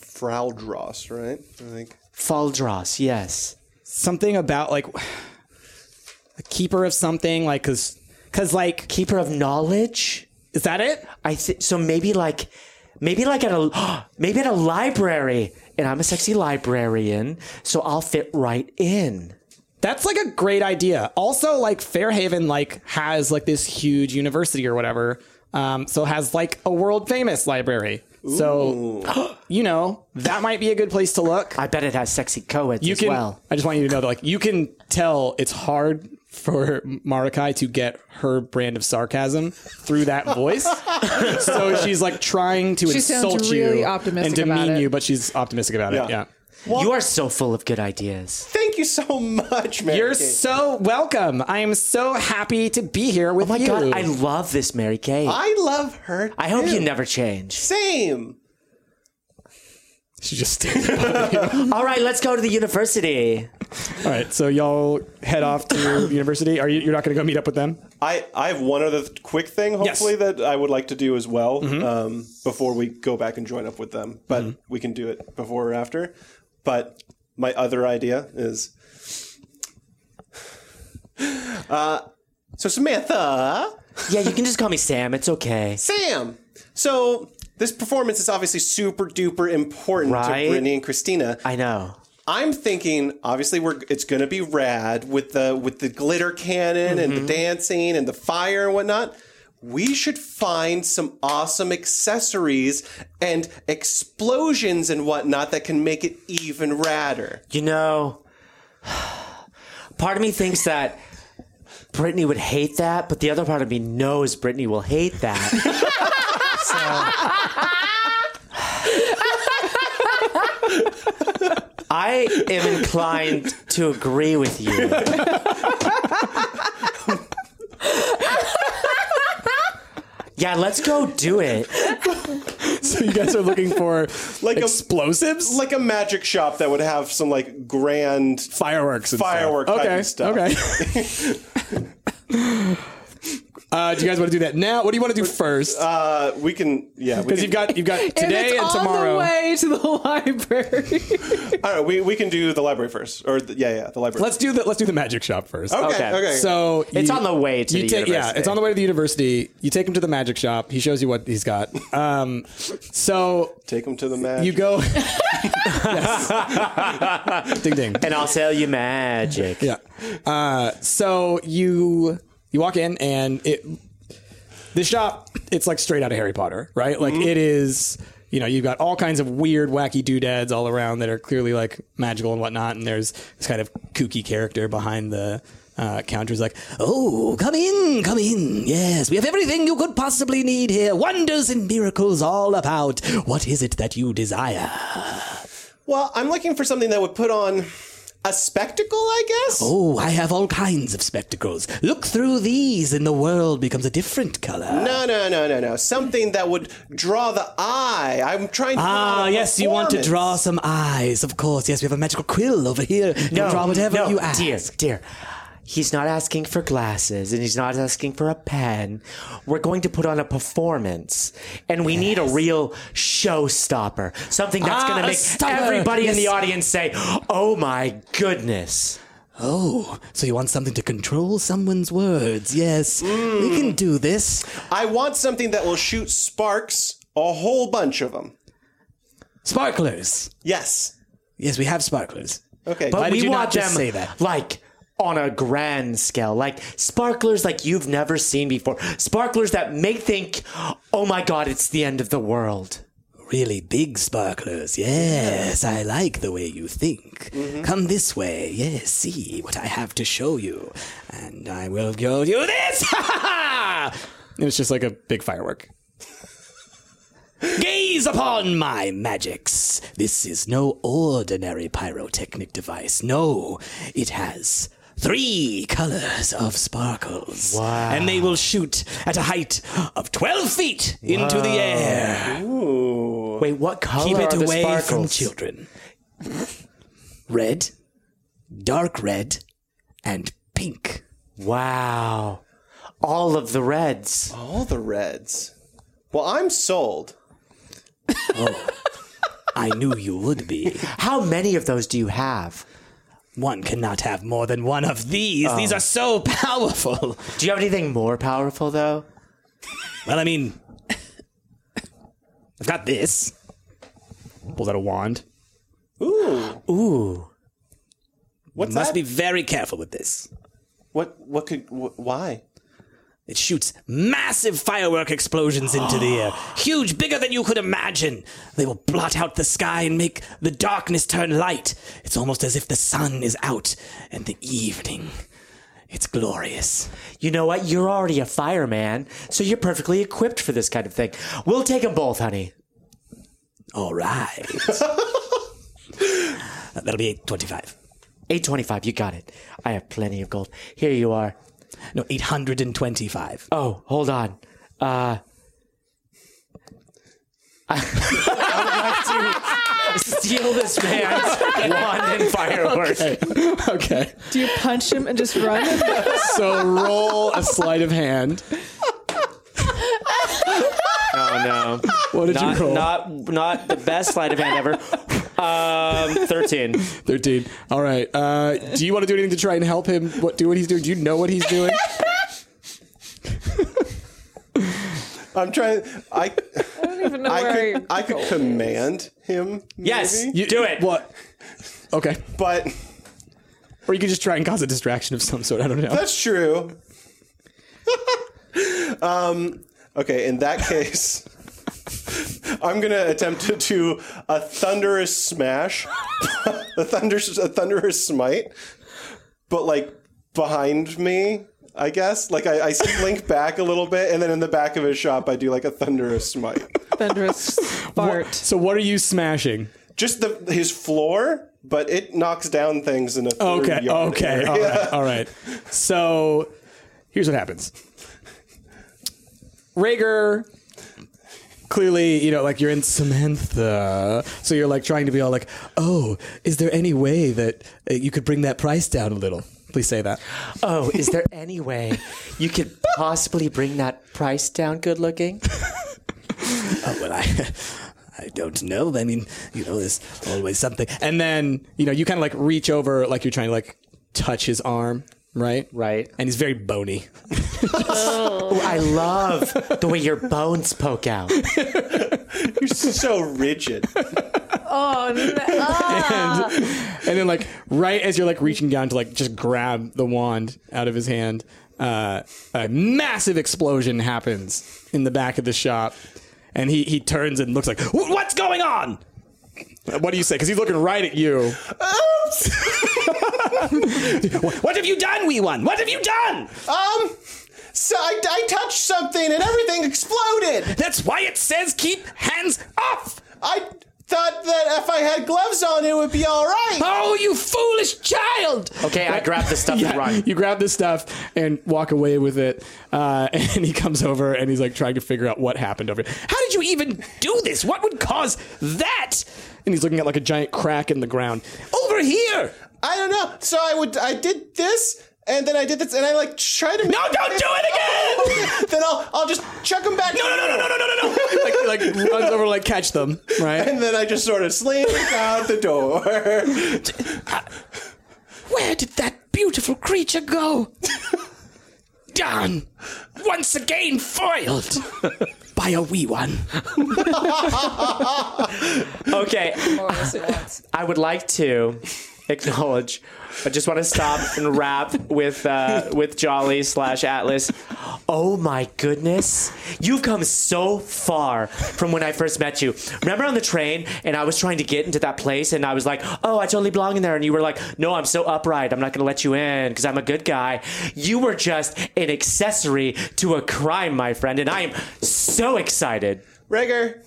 [SPEAKER 3] Fraldross, right? I think.
[SPEAKER 4] Faldros, yes.
[SPEAKER 2] Something about like a keeper of something, like, cause, cause like,
[SPEAKER 4] Keeper of knowledge.
[SPEAKER 2] is that it?
[SPEAKER 4] I th- so maybe like maybe like at a maybe at a library and I'm a sexy librarian so I'll fit right in.
[SPEAKER 2] That's like a great idea. Also, like Fairhaven, like has like this huge university or whatever. Um, so has like a world famous library. So you know that might be a good place to look.
[SPEAKER 4] I bet it has sexy co-eds
[SPEAKER 2] You
[SPEAKER 4] as
[SPEAKER 2] can.
[SPEAKER 4] well.
[SPEAKER 2] I just want you to know that like you can tell it's hard for Marikai to get her brand of sarcasm through that voice. so she's like trying to
[SPEAKER 5] She sounds
[SPEAKER 2] insult you
[SPEAKER 5] really optimistic
[SPEAKER 2] and demean
[SPEAKER 5] about it.
[SPEAKER 2] you, but she's optimistic about it.
[SPEAKER 3] Yeah.
[SPEAKER 2] Yeah.
[SPEAKER 4] You are so full of good ideas.
[SPEAKER 3] Thank you so much, Mary
[SPEAKER 2] You're
[SPEAKER 3] Kate.
[SPEAKER 2] so welcome. I am so happy to be here with
[SPEAKER 4] Oh my
[SPEAKER 2] you.
[SPEAKER 4] god, I love this Mary Kay. I,
[SPEAKER 3] I love her.
[SPEAKER 4] hope you never change.
[SPEAKER 3] Same.
[SPEAKER 2] She just stares above you.
[SPEAKER 4] All right, let's go to the university.
[SPEAKER 2] All right, so y'all head off to university. Are you? You're not going to go meet up with them?
[SPEAKER 3] I, I have one other th- quick thing,
[SPEAKER 2] Yes.
[SPEAKER 3] hopefully, that I would like to do as well
[SPEAKER 4] Mm-hmm.
[SPEAKER 3] um, before we go back and join up with them. But we can do it before or after. But my other idea is uh, so, Samantha,
[SPEAKER 4] Yeah, you can just call me Sam. It's okay.
[SPEAKER 3] Sam. So, this performance is obviously super duper important
[SPEAKER 4] Right.
[SPEAKER 3] to Brittany and Christina.
[SPEAKER 4] I know.
[SPEAKER 3] I'm thinking obviously we're it's gonna be rad with the with the glitter cannon
[SPEAKER 2] Mm-hmm.
[SPEAKER 3] and the dancing and the fire and whatnot. We should find some awesome accessories and explosions and whatnot that can make it even radder.
[SPEAKER 4] You know, part of me thinks that Brittany would hate that, but the other part of me knows Brittany will hate that. so. I am inclined to agree with you. yeah, let's go do it.
[SPEAKER 2] So you guys are looking for like
[SPEAKER 3] a-
[SPEAKER 2] explosives,
[SPEAKER 3] Like a magic shop that would have some like grand
[SPEAKER 2] fireworks, and
[SPEAKER 3] Firework
[SPEAKER 2] Stuff.
[SPEAKER 3] type
[SPEAKER 2] Okay.
[SPEAKER 3] of stuff.
[SPEAKER 2] Okay. uh, do you guys want to do that now? What do you want to do first?
[SPEAKER 3] uh we can yeah, we
[SPEAKER 2] Because
[SPEAKER 3] can,
[SPEAKER 2] you've got you've got today
[SPEAKER 5] it's
[SPEAKER 2] and
[SPEAKER 5] on
[SPEAKER 2] tomorrow.
[SPEAKER 5] the way to the library.
[SPEAKER 3] I don't know, we, we can do the library first. Or the, yeah, yeah, the library.
[SPEAKER 2] Let's do the let's do the magic shop first.
[SPEAKER 3] okay, okay.
[SPEAKER 7] okay.
[SPEAKER 2] So
[SPEAKER 4] It's
[SPEAKER 2] you-
[SPEAKER 4] on the way to
[SPEAKER 2] you
[SPEAKER 4] the
[SPEAKER 2] take-
[SPEAKER 4] university.
[SPEAKER 2] Yeah, it's on the way to the university. You take him to the magic shop. He shows you what he's got. Um, so
[SPEAKER 3] Take them to the magic.
[SPEAKER 2] you go. Yes. ding ding.
[SPEAKER 4] And I'll sell you magic.
[SPEAKER 2] Yeah. Uh, so you you walk in and it the shop it's like straight out of Harry Potter, right? Like it is. You know, you've got all kinds of weird, wacky doodads all around that are clearly like magical and whatnot. And there's this kind of kooky character behind the uh, counter who's like, "Oh, come in, come in. Yes, we have everything you could possibly need here. Wonders and miracles all about. What is it that you desire?"
[SPEAKER 3] Well, I'm looking for something that would put on a spectacle, I guess.
[SPEAKER 2] Oh, I have all kinds of spectacles. Look through these, and the world becomes a different color.
[SPEAKER 3] No, no, no, no, no. Something that would draw the eye. I'm trying to.
[SPEAKER 2] Ah, yes, you want to draw
[SPEAKER 3] performance.
[SPEAKER 2] some eyes, of course. Yes, we have a magical quill over here. You can draw whatever
[SPEAKER 4] no,
[SPEAKER 2] you ask.
[SPEAKER 4] Dear, dear. He's not asking for glasses and he's not asking for a pen. We're going to put on a performance and we need a real showstopper. Something that's
[SPEAKER 2] Ah,
[SPEAKER 4] going
[SPEAKER 2] a
[SPEAKER 4] to make
[SPEAKER 2] stopper.
[SPEAKER 4] everybody in the
[SPEAKER 2] Yes.
[SPEAKER 4] audience say, oh my goodness.
[SPEAKER 2] Oh, so you want something to control someone's words. Yes, we can do this.
[SPEAKER 3] I want something that will shoot sparks, a whole bunch of them.
[SPEAKER 2] Sparklers.
[SPEAKER 3] Yes.
[SPEAKER 2] Yes, we have sparklers.
[SPEAKER 3] Okay.
[SPEAKER 4] But
[SPEAKER 2] Why did
[SPEAKER 4] we
[SPEAKER 2] you not
[SPEAKER 4] want
[SPEAKER 2] just
[SPEAKER 4] them
[SPEAKER 2] say that?
[SPEAKER 4] like on a grand scale, like sparklers like you've never seen before. Sparklers that make think, oh my God, it's the end of the world.
[SPEAKER 2] Really big sparklers. Yes, I like the way you think.
[SPEAKER 1] Mm-hmm.
[SPEAKER 2] Come this way. Yes, see what I have to show you. And I will show you this. it was just like a big firework. Gaze upon my magics. This is no ordinary pyrotechnic device. No, it has three colors of sparkles. Wow. And they will shoot at a height of 12 feet into the air.
[SPEAKER 4] Wait, what color
[SPEAKER 2] Keep it
[SPEAKER 4] are the
[SPEAKER 2] away from
[SPEAKER 4] sparkles?
[SPEAKER 2] children. Red, dark red, and pink.
[SPEAKER 4] Wow. All of the reds.
[SPEAKER 3] All the reds. Well, I'm sold.
[SPEAKER 2] I knew you would be.
[SPEAKER 4] How many of those do you have?
[SPEAKER 2] One cannot have more than one of these. These are so powerful.
[SPEAKER 4] Do you have anything more powerful, though?
[SPEAKER 2] Well, I mean, I've got this. Pulls out a wand.
[SPEAKER 4] Ooh.
[SPEAKER 3] What's
[SPEAKER 2] Must
[SPEAKER 3] that?
[SPEAKER 2] be very careful with this.
[SPEAKER 3] What? What could? Wh- why?
[SPEAKER 2] It shoots massive firework explosions into the air, huge, bigger than you could imagine. They will blot out the sky and make the darkness turn light. It's almost as if the sun is out and the evening. It's glorious.
[SPEAKER 4] You know what? You're already a fireman, so you're perfectly equipped for this kind of thing. We'll take them both, honey.
[SPEAKER 2] All right. That'll be 825.
[SPEAKER 4] 825, you got it. I have plenty of gold. Here you are.
[SPEAKER 2] No, 825.
[SPEAKER 4] Oh, hold on. Uh,
[SPEAKER 7] Steal this man's wand and fireworks.
[SPEAKER 2] okay.
[SPEAKER 5] Do you punch him and just run?
[SPEAKER 2] So roll a sleight of hand.
[SPEAKER 7] Oh no.
[SPEAKER 2] What did
[SPEAKER 7] Not,
[SPEAKER 2] you roll?
[SPEAKER 7] not not the best sleight of hand ever. Um, thirteen.
[SPEAKER 2] 13. All right. Uh, do you want to do anything to try and help him what, do what he's doing? Do you know what he's doing?
[SPEAKER 3] I'm trying. I
[SPEAKER 6] I don't even know
[SPEAKER 3] I
[SPEAKER 6] where
[SPEAKER 3] could I could command him.
[SPEAKER 7] Yes,
[SPEAKER 3] maybe,
[SPEAKER 2] You-
[SPEAKER 7] do it.
[SPEAKER 2] What? Okay.
[SPEAKER 3] but
[SPEAKER 2] Or you could just try and cause a distraction of some sort. I don't know.
[SPEAKER 3] that's true. um. Okay. In that case. I'm gonna attempt to do a thunderous smash, a thunderous a thunderous smite, but like behind me, I guess. Like I, I slink back a little bit, and then in the back of his shop, I do like a thunderous smite.
[SPEAKER 5] Thunderous fart.
[SPEAKER 2] So what are you smashing?
[SPEAKER 3] Just the his floor, but it knocks down things in a third
[SPEAKER 2] Okay.
[SPEAKER 3] yard
[SPEAKER 2] Okay.
[SPEAKER 3] area.
[SPEAKER 2] All right. All right. So here's what happens. Rager clearly, you know, like you're in Samantha. So you're like trying to be all like, "Oh, is there any way that uh, you could bring that price down a little?" Please say that.
[SPEAKER 4] Oh, is there any way you could possibly bring that price down good looking?
[SPEAKER 2] well, I, I don't know. I mean, you know, there's always something. And then, you know, you kind of like reach over, like you're trying to like touch his arm, right?
[SPEAKER 4] Right.
[SPEAKER 2] And he's very bony.
[SPEAKER 4] Oh, I love the way your bones poke out.
[SPEAKER 3] You're so rigid.
[SPEAKER 6] Oh, no.
[SPEAKER 2] And then, like, right as you're like reaching down to like just grab the wand out of his hand, uh, a massive explosion happens in the back of the shop. And he, he turns and looks like, "Wh- What's going on? What do you say? Because he's looking right at you. what have you done, wee one? What have you done?
[SPEAKER 3] Um, so I, I touched something and everything exploded.
[SPEAKER 2] That's why it says keep hands off!
[SPEAKER 3] I thought that if I had gloves on, it would be all right.
[SPEAKER 2] Oh, you foolish child!
[SPEAKER 4] Okay, I grab the stuff and run.
[SPEAKER 2] You grab this stuff and walk away with it. Uh, and he comes over and he's like trying to figure out what happened over here. How did you even do this? What would cause that? And he's looking at like a giant crack in the ground. Over here!
[SPEAKER 3] I don't know. So I would I did this. And then I did this, and I like tried to.
[SPEAKER 2] No, don't do it again!
[SPEAKER 3] then I'll I'll just chuck them back.
[SPEAKER 2] No, no, no, no, no, no, no, no! like, he, like runs over to like catch them, right?
[SPEAKER 3] And then I just sort of slink out the door.
[SPEAKER 2] Where did that beautiful creature go? Done. Once again foiled by a wee one.
[SPEAKER 4] Okay,
[SPEAKER 6] Or was it once?
[SPEAKER 4] I would like to acknowledge. I just want to stop and wrap with uh, with Jolly slash Atlas. Oh my goodness, you've come so far from when I first met you. Remember on the train, and I was trying to get into that place, and I was like, "Oh, I totally belong in there," and you were like, "No, I'm so upright. I'm not going to let you in because I'm a good guy." You were just an accessory to a crime, my friend, and I am so excited.
[SPEAKER 3] Rager,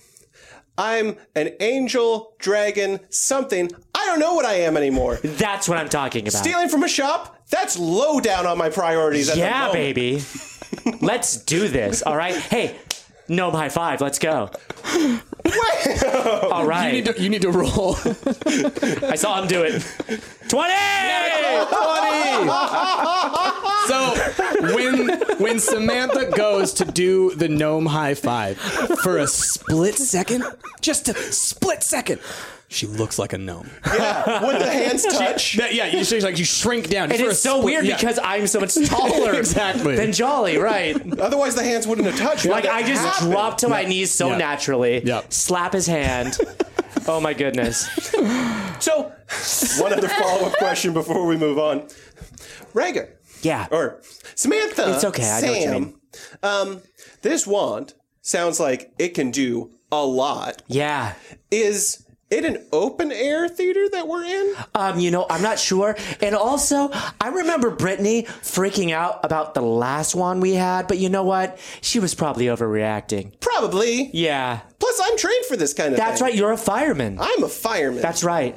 [SPEAKER 3] I'm an angel, dragon, something. I don't know what I am anymore.
[SPEAKER 4] That's what I'm talking about.
[SPEAKER 3] Stealing from a shop? That's low down on my priorities at the
[SPEAKER 4] Yeah,
[SPEAKER 3] moment.
[SPEAKER 4] baby. Let's do this. All right. Hey, gnome high five. Let's go. All right.
[SPEAKER 2] You need to, you need to roll.
[SPEAKER 4] I saw him do it. 20!
[SPEAKER 2] so when when Samantha goes to do the gnome high five for a split second, just a split second, she looks like a gnome.
[SPEAKER 3] Yeah, when the hands touch.
[SPEAKER 2] That- yeah, you, she's like you shrink down.
[SPEAKER 4] And it's so weird because I'm so much taller
[SPEAKER 2] Exactly.
[SPEAKER 4] than Jolly, right?
[SPEAKER 3] Otherwise, the hands wouldn't have touched.
[SPEAKER 4] Like, I just dropped to my knees so
[SPEAKER 2] Yep.
[SPEAKER 4] naturally.
[SPEAKER 2] Yep.
[SPEAKER 4] Slap his hand. Oh my goodness.
[SPEAKER 3] So, one other follow up question before we move on. Rager,
[SPEAKER 4] Yeah.
[SPEAKER 3] or Samantha.
[SPEAKER 4] It's okay, I know what you
[SPEAKER 3] Sam,
[SPEAKER 4] mean.
[SPEAKER 3] Um, this wand sounds like it can do a lot.
[SPEAKER 4] yeah.
[SPEAKER 3] Is it an open air theater that we're in?
[SPEAKER 4] Um, you know, I'm not sure. And also, I remember Brittany freaking out about the last one we had, but you know what? She was probably overreacting.
[SPEAKER 3] Probably.
[SPEAKER 4] Yeah.
[SPEAKER 3] Plus, I'm trained for this kind of
[SPEAKER 4] That's
[SPEAKER 3] thing.
[SPEAKER 4] right, you're a fireman.
[SPEAKER 3] I'm a fireman.
[SPEAKER 4] That's right.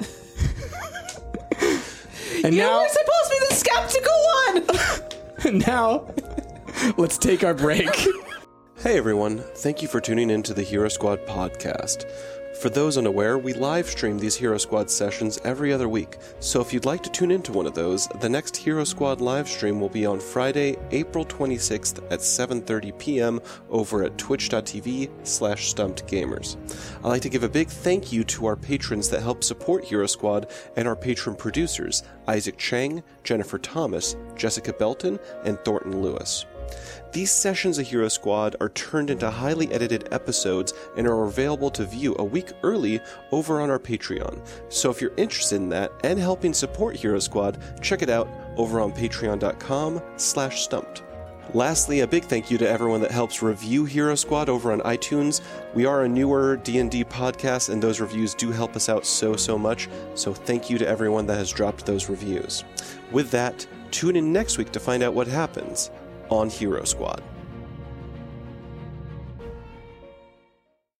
[SPEAKER 2] and
[SPEAKER 5] You
[SPEAKER 2] now
[SPEAKER 5] were supposed to be the skeptical one.
[SPEAKER 2] now let's take our break.
[SPEAKER 3] Hey everyone, thank you for tuning in to the Hero Squad podcast. For those unaware, we live stream these Hero Squad sessions every other week, so if you'd like to tune into one of those, the next Hero Squad live stream will be on Friday, April 26th at 7.30 p.m. over at twitch.tv slash stumpedgamers. I'd like to give a big thank you to our patrons that help support Hero Squad and our patron producers, Isaac Chang, Jennifer Thomas, Jessica Belton, and Thornton Lewis. These sessions of Hero Squad are turned into highly edited episodes and are available to view a week early over on our Patreon. So if you're interested in that and helping support Hero Squad, check it out over on patreon.com slash stumped. Lastly, a big thank you to everyone that helps review Hero Squad over on iTunes. We are a newer D&D podcast and those reviews do help us out so so much. So thank you to everyone that has dropped those reviews. With that, tune in next week to find out what happens on Hero Squad.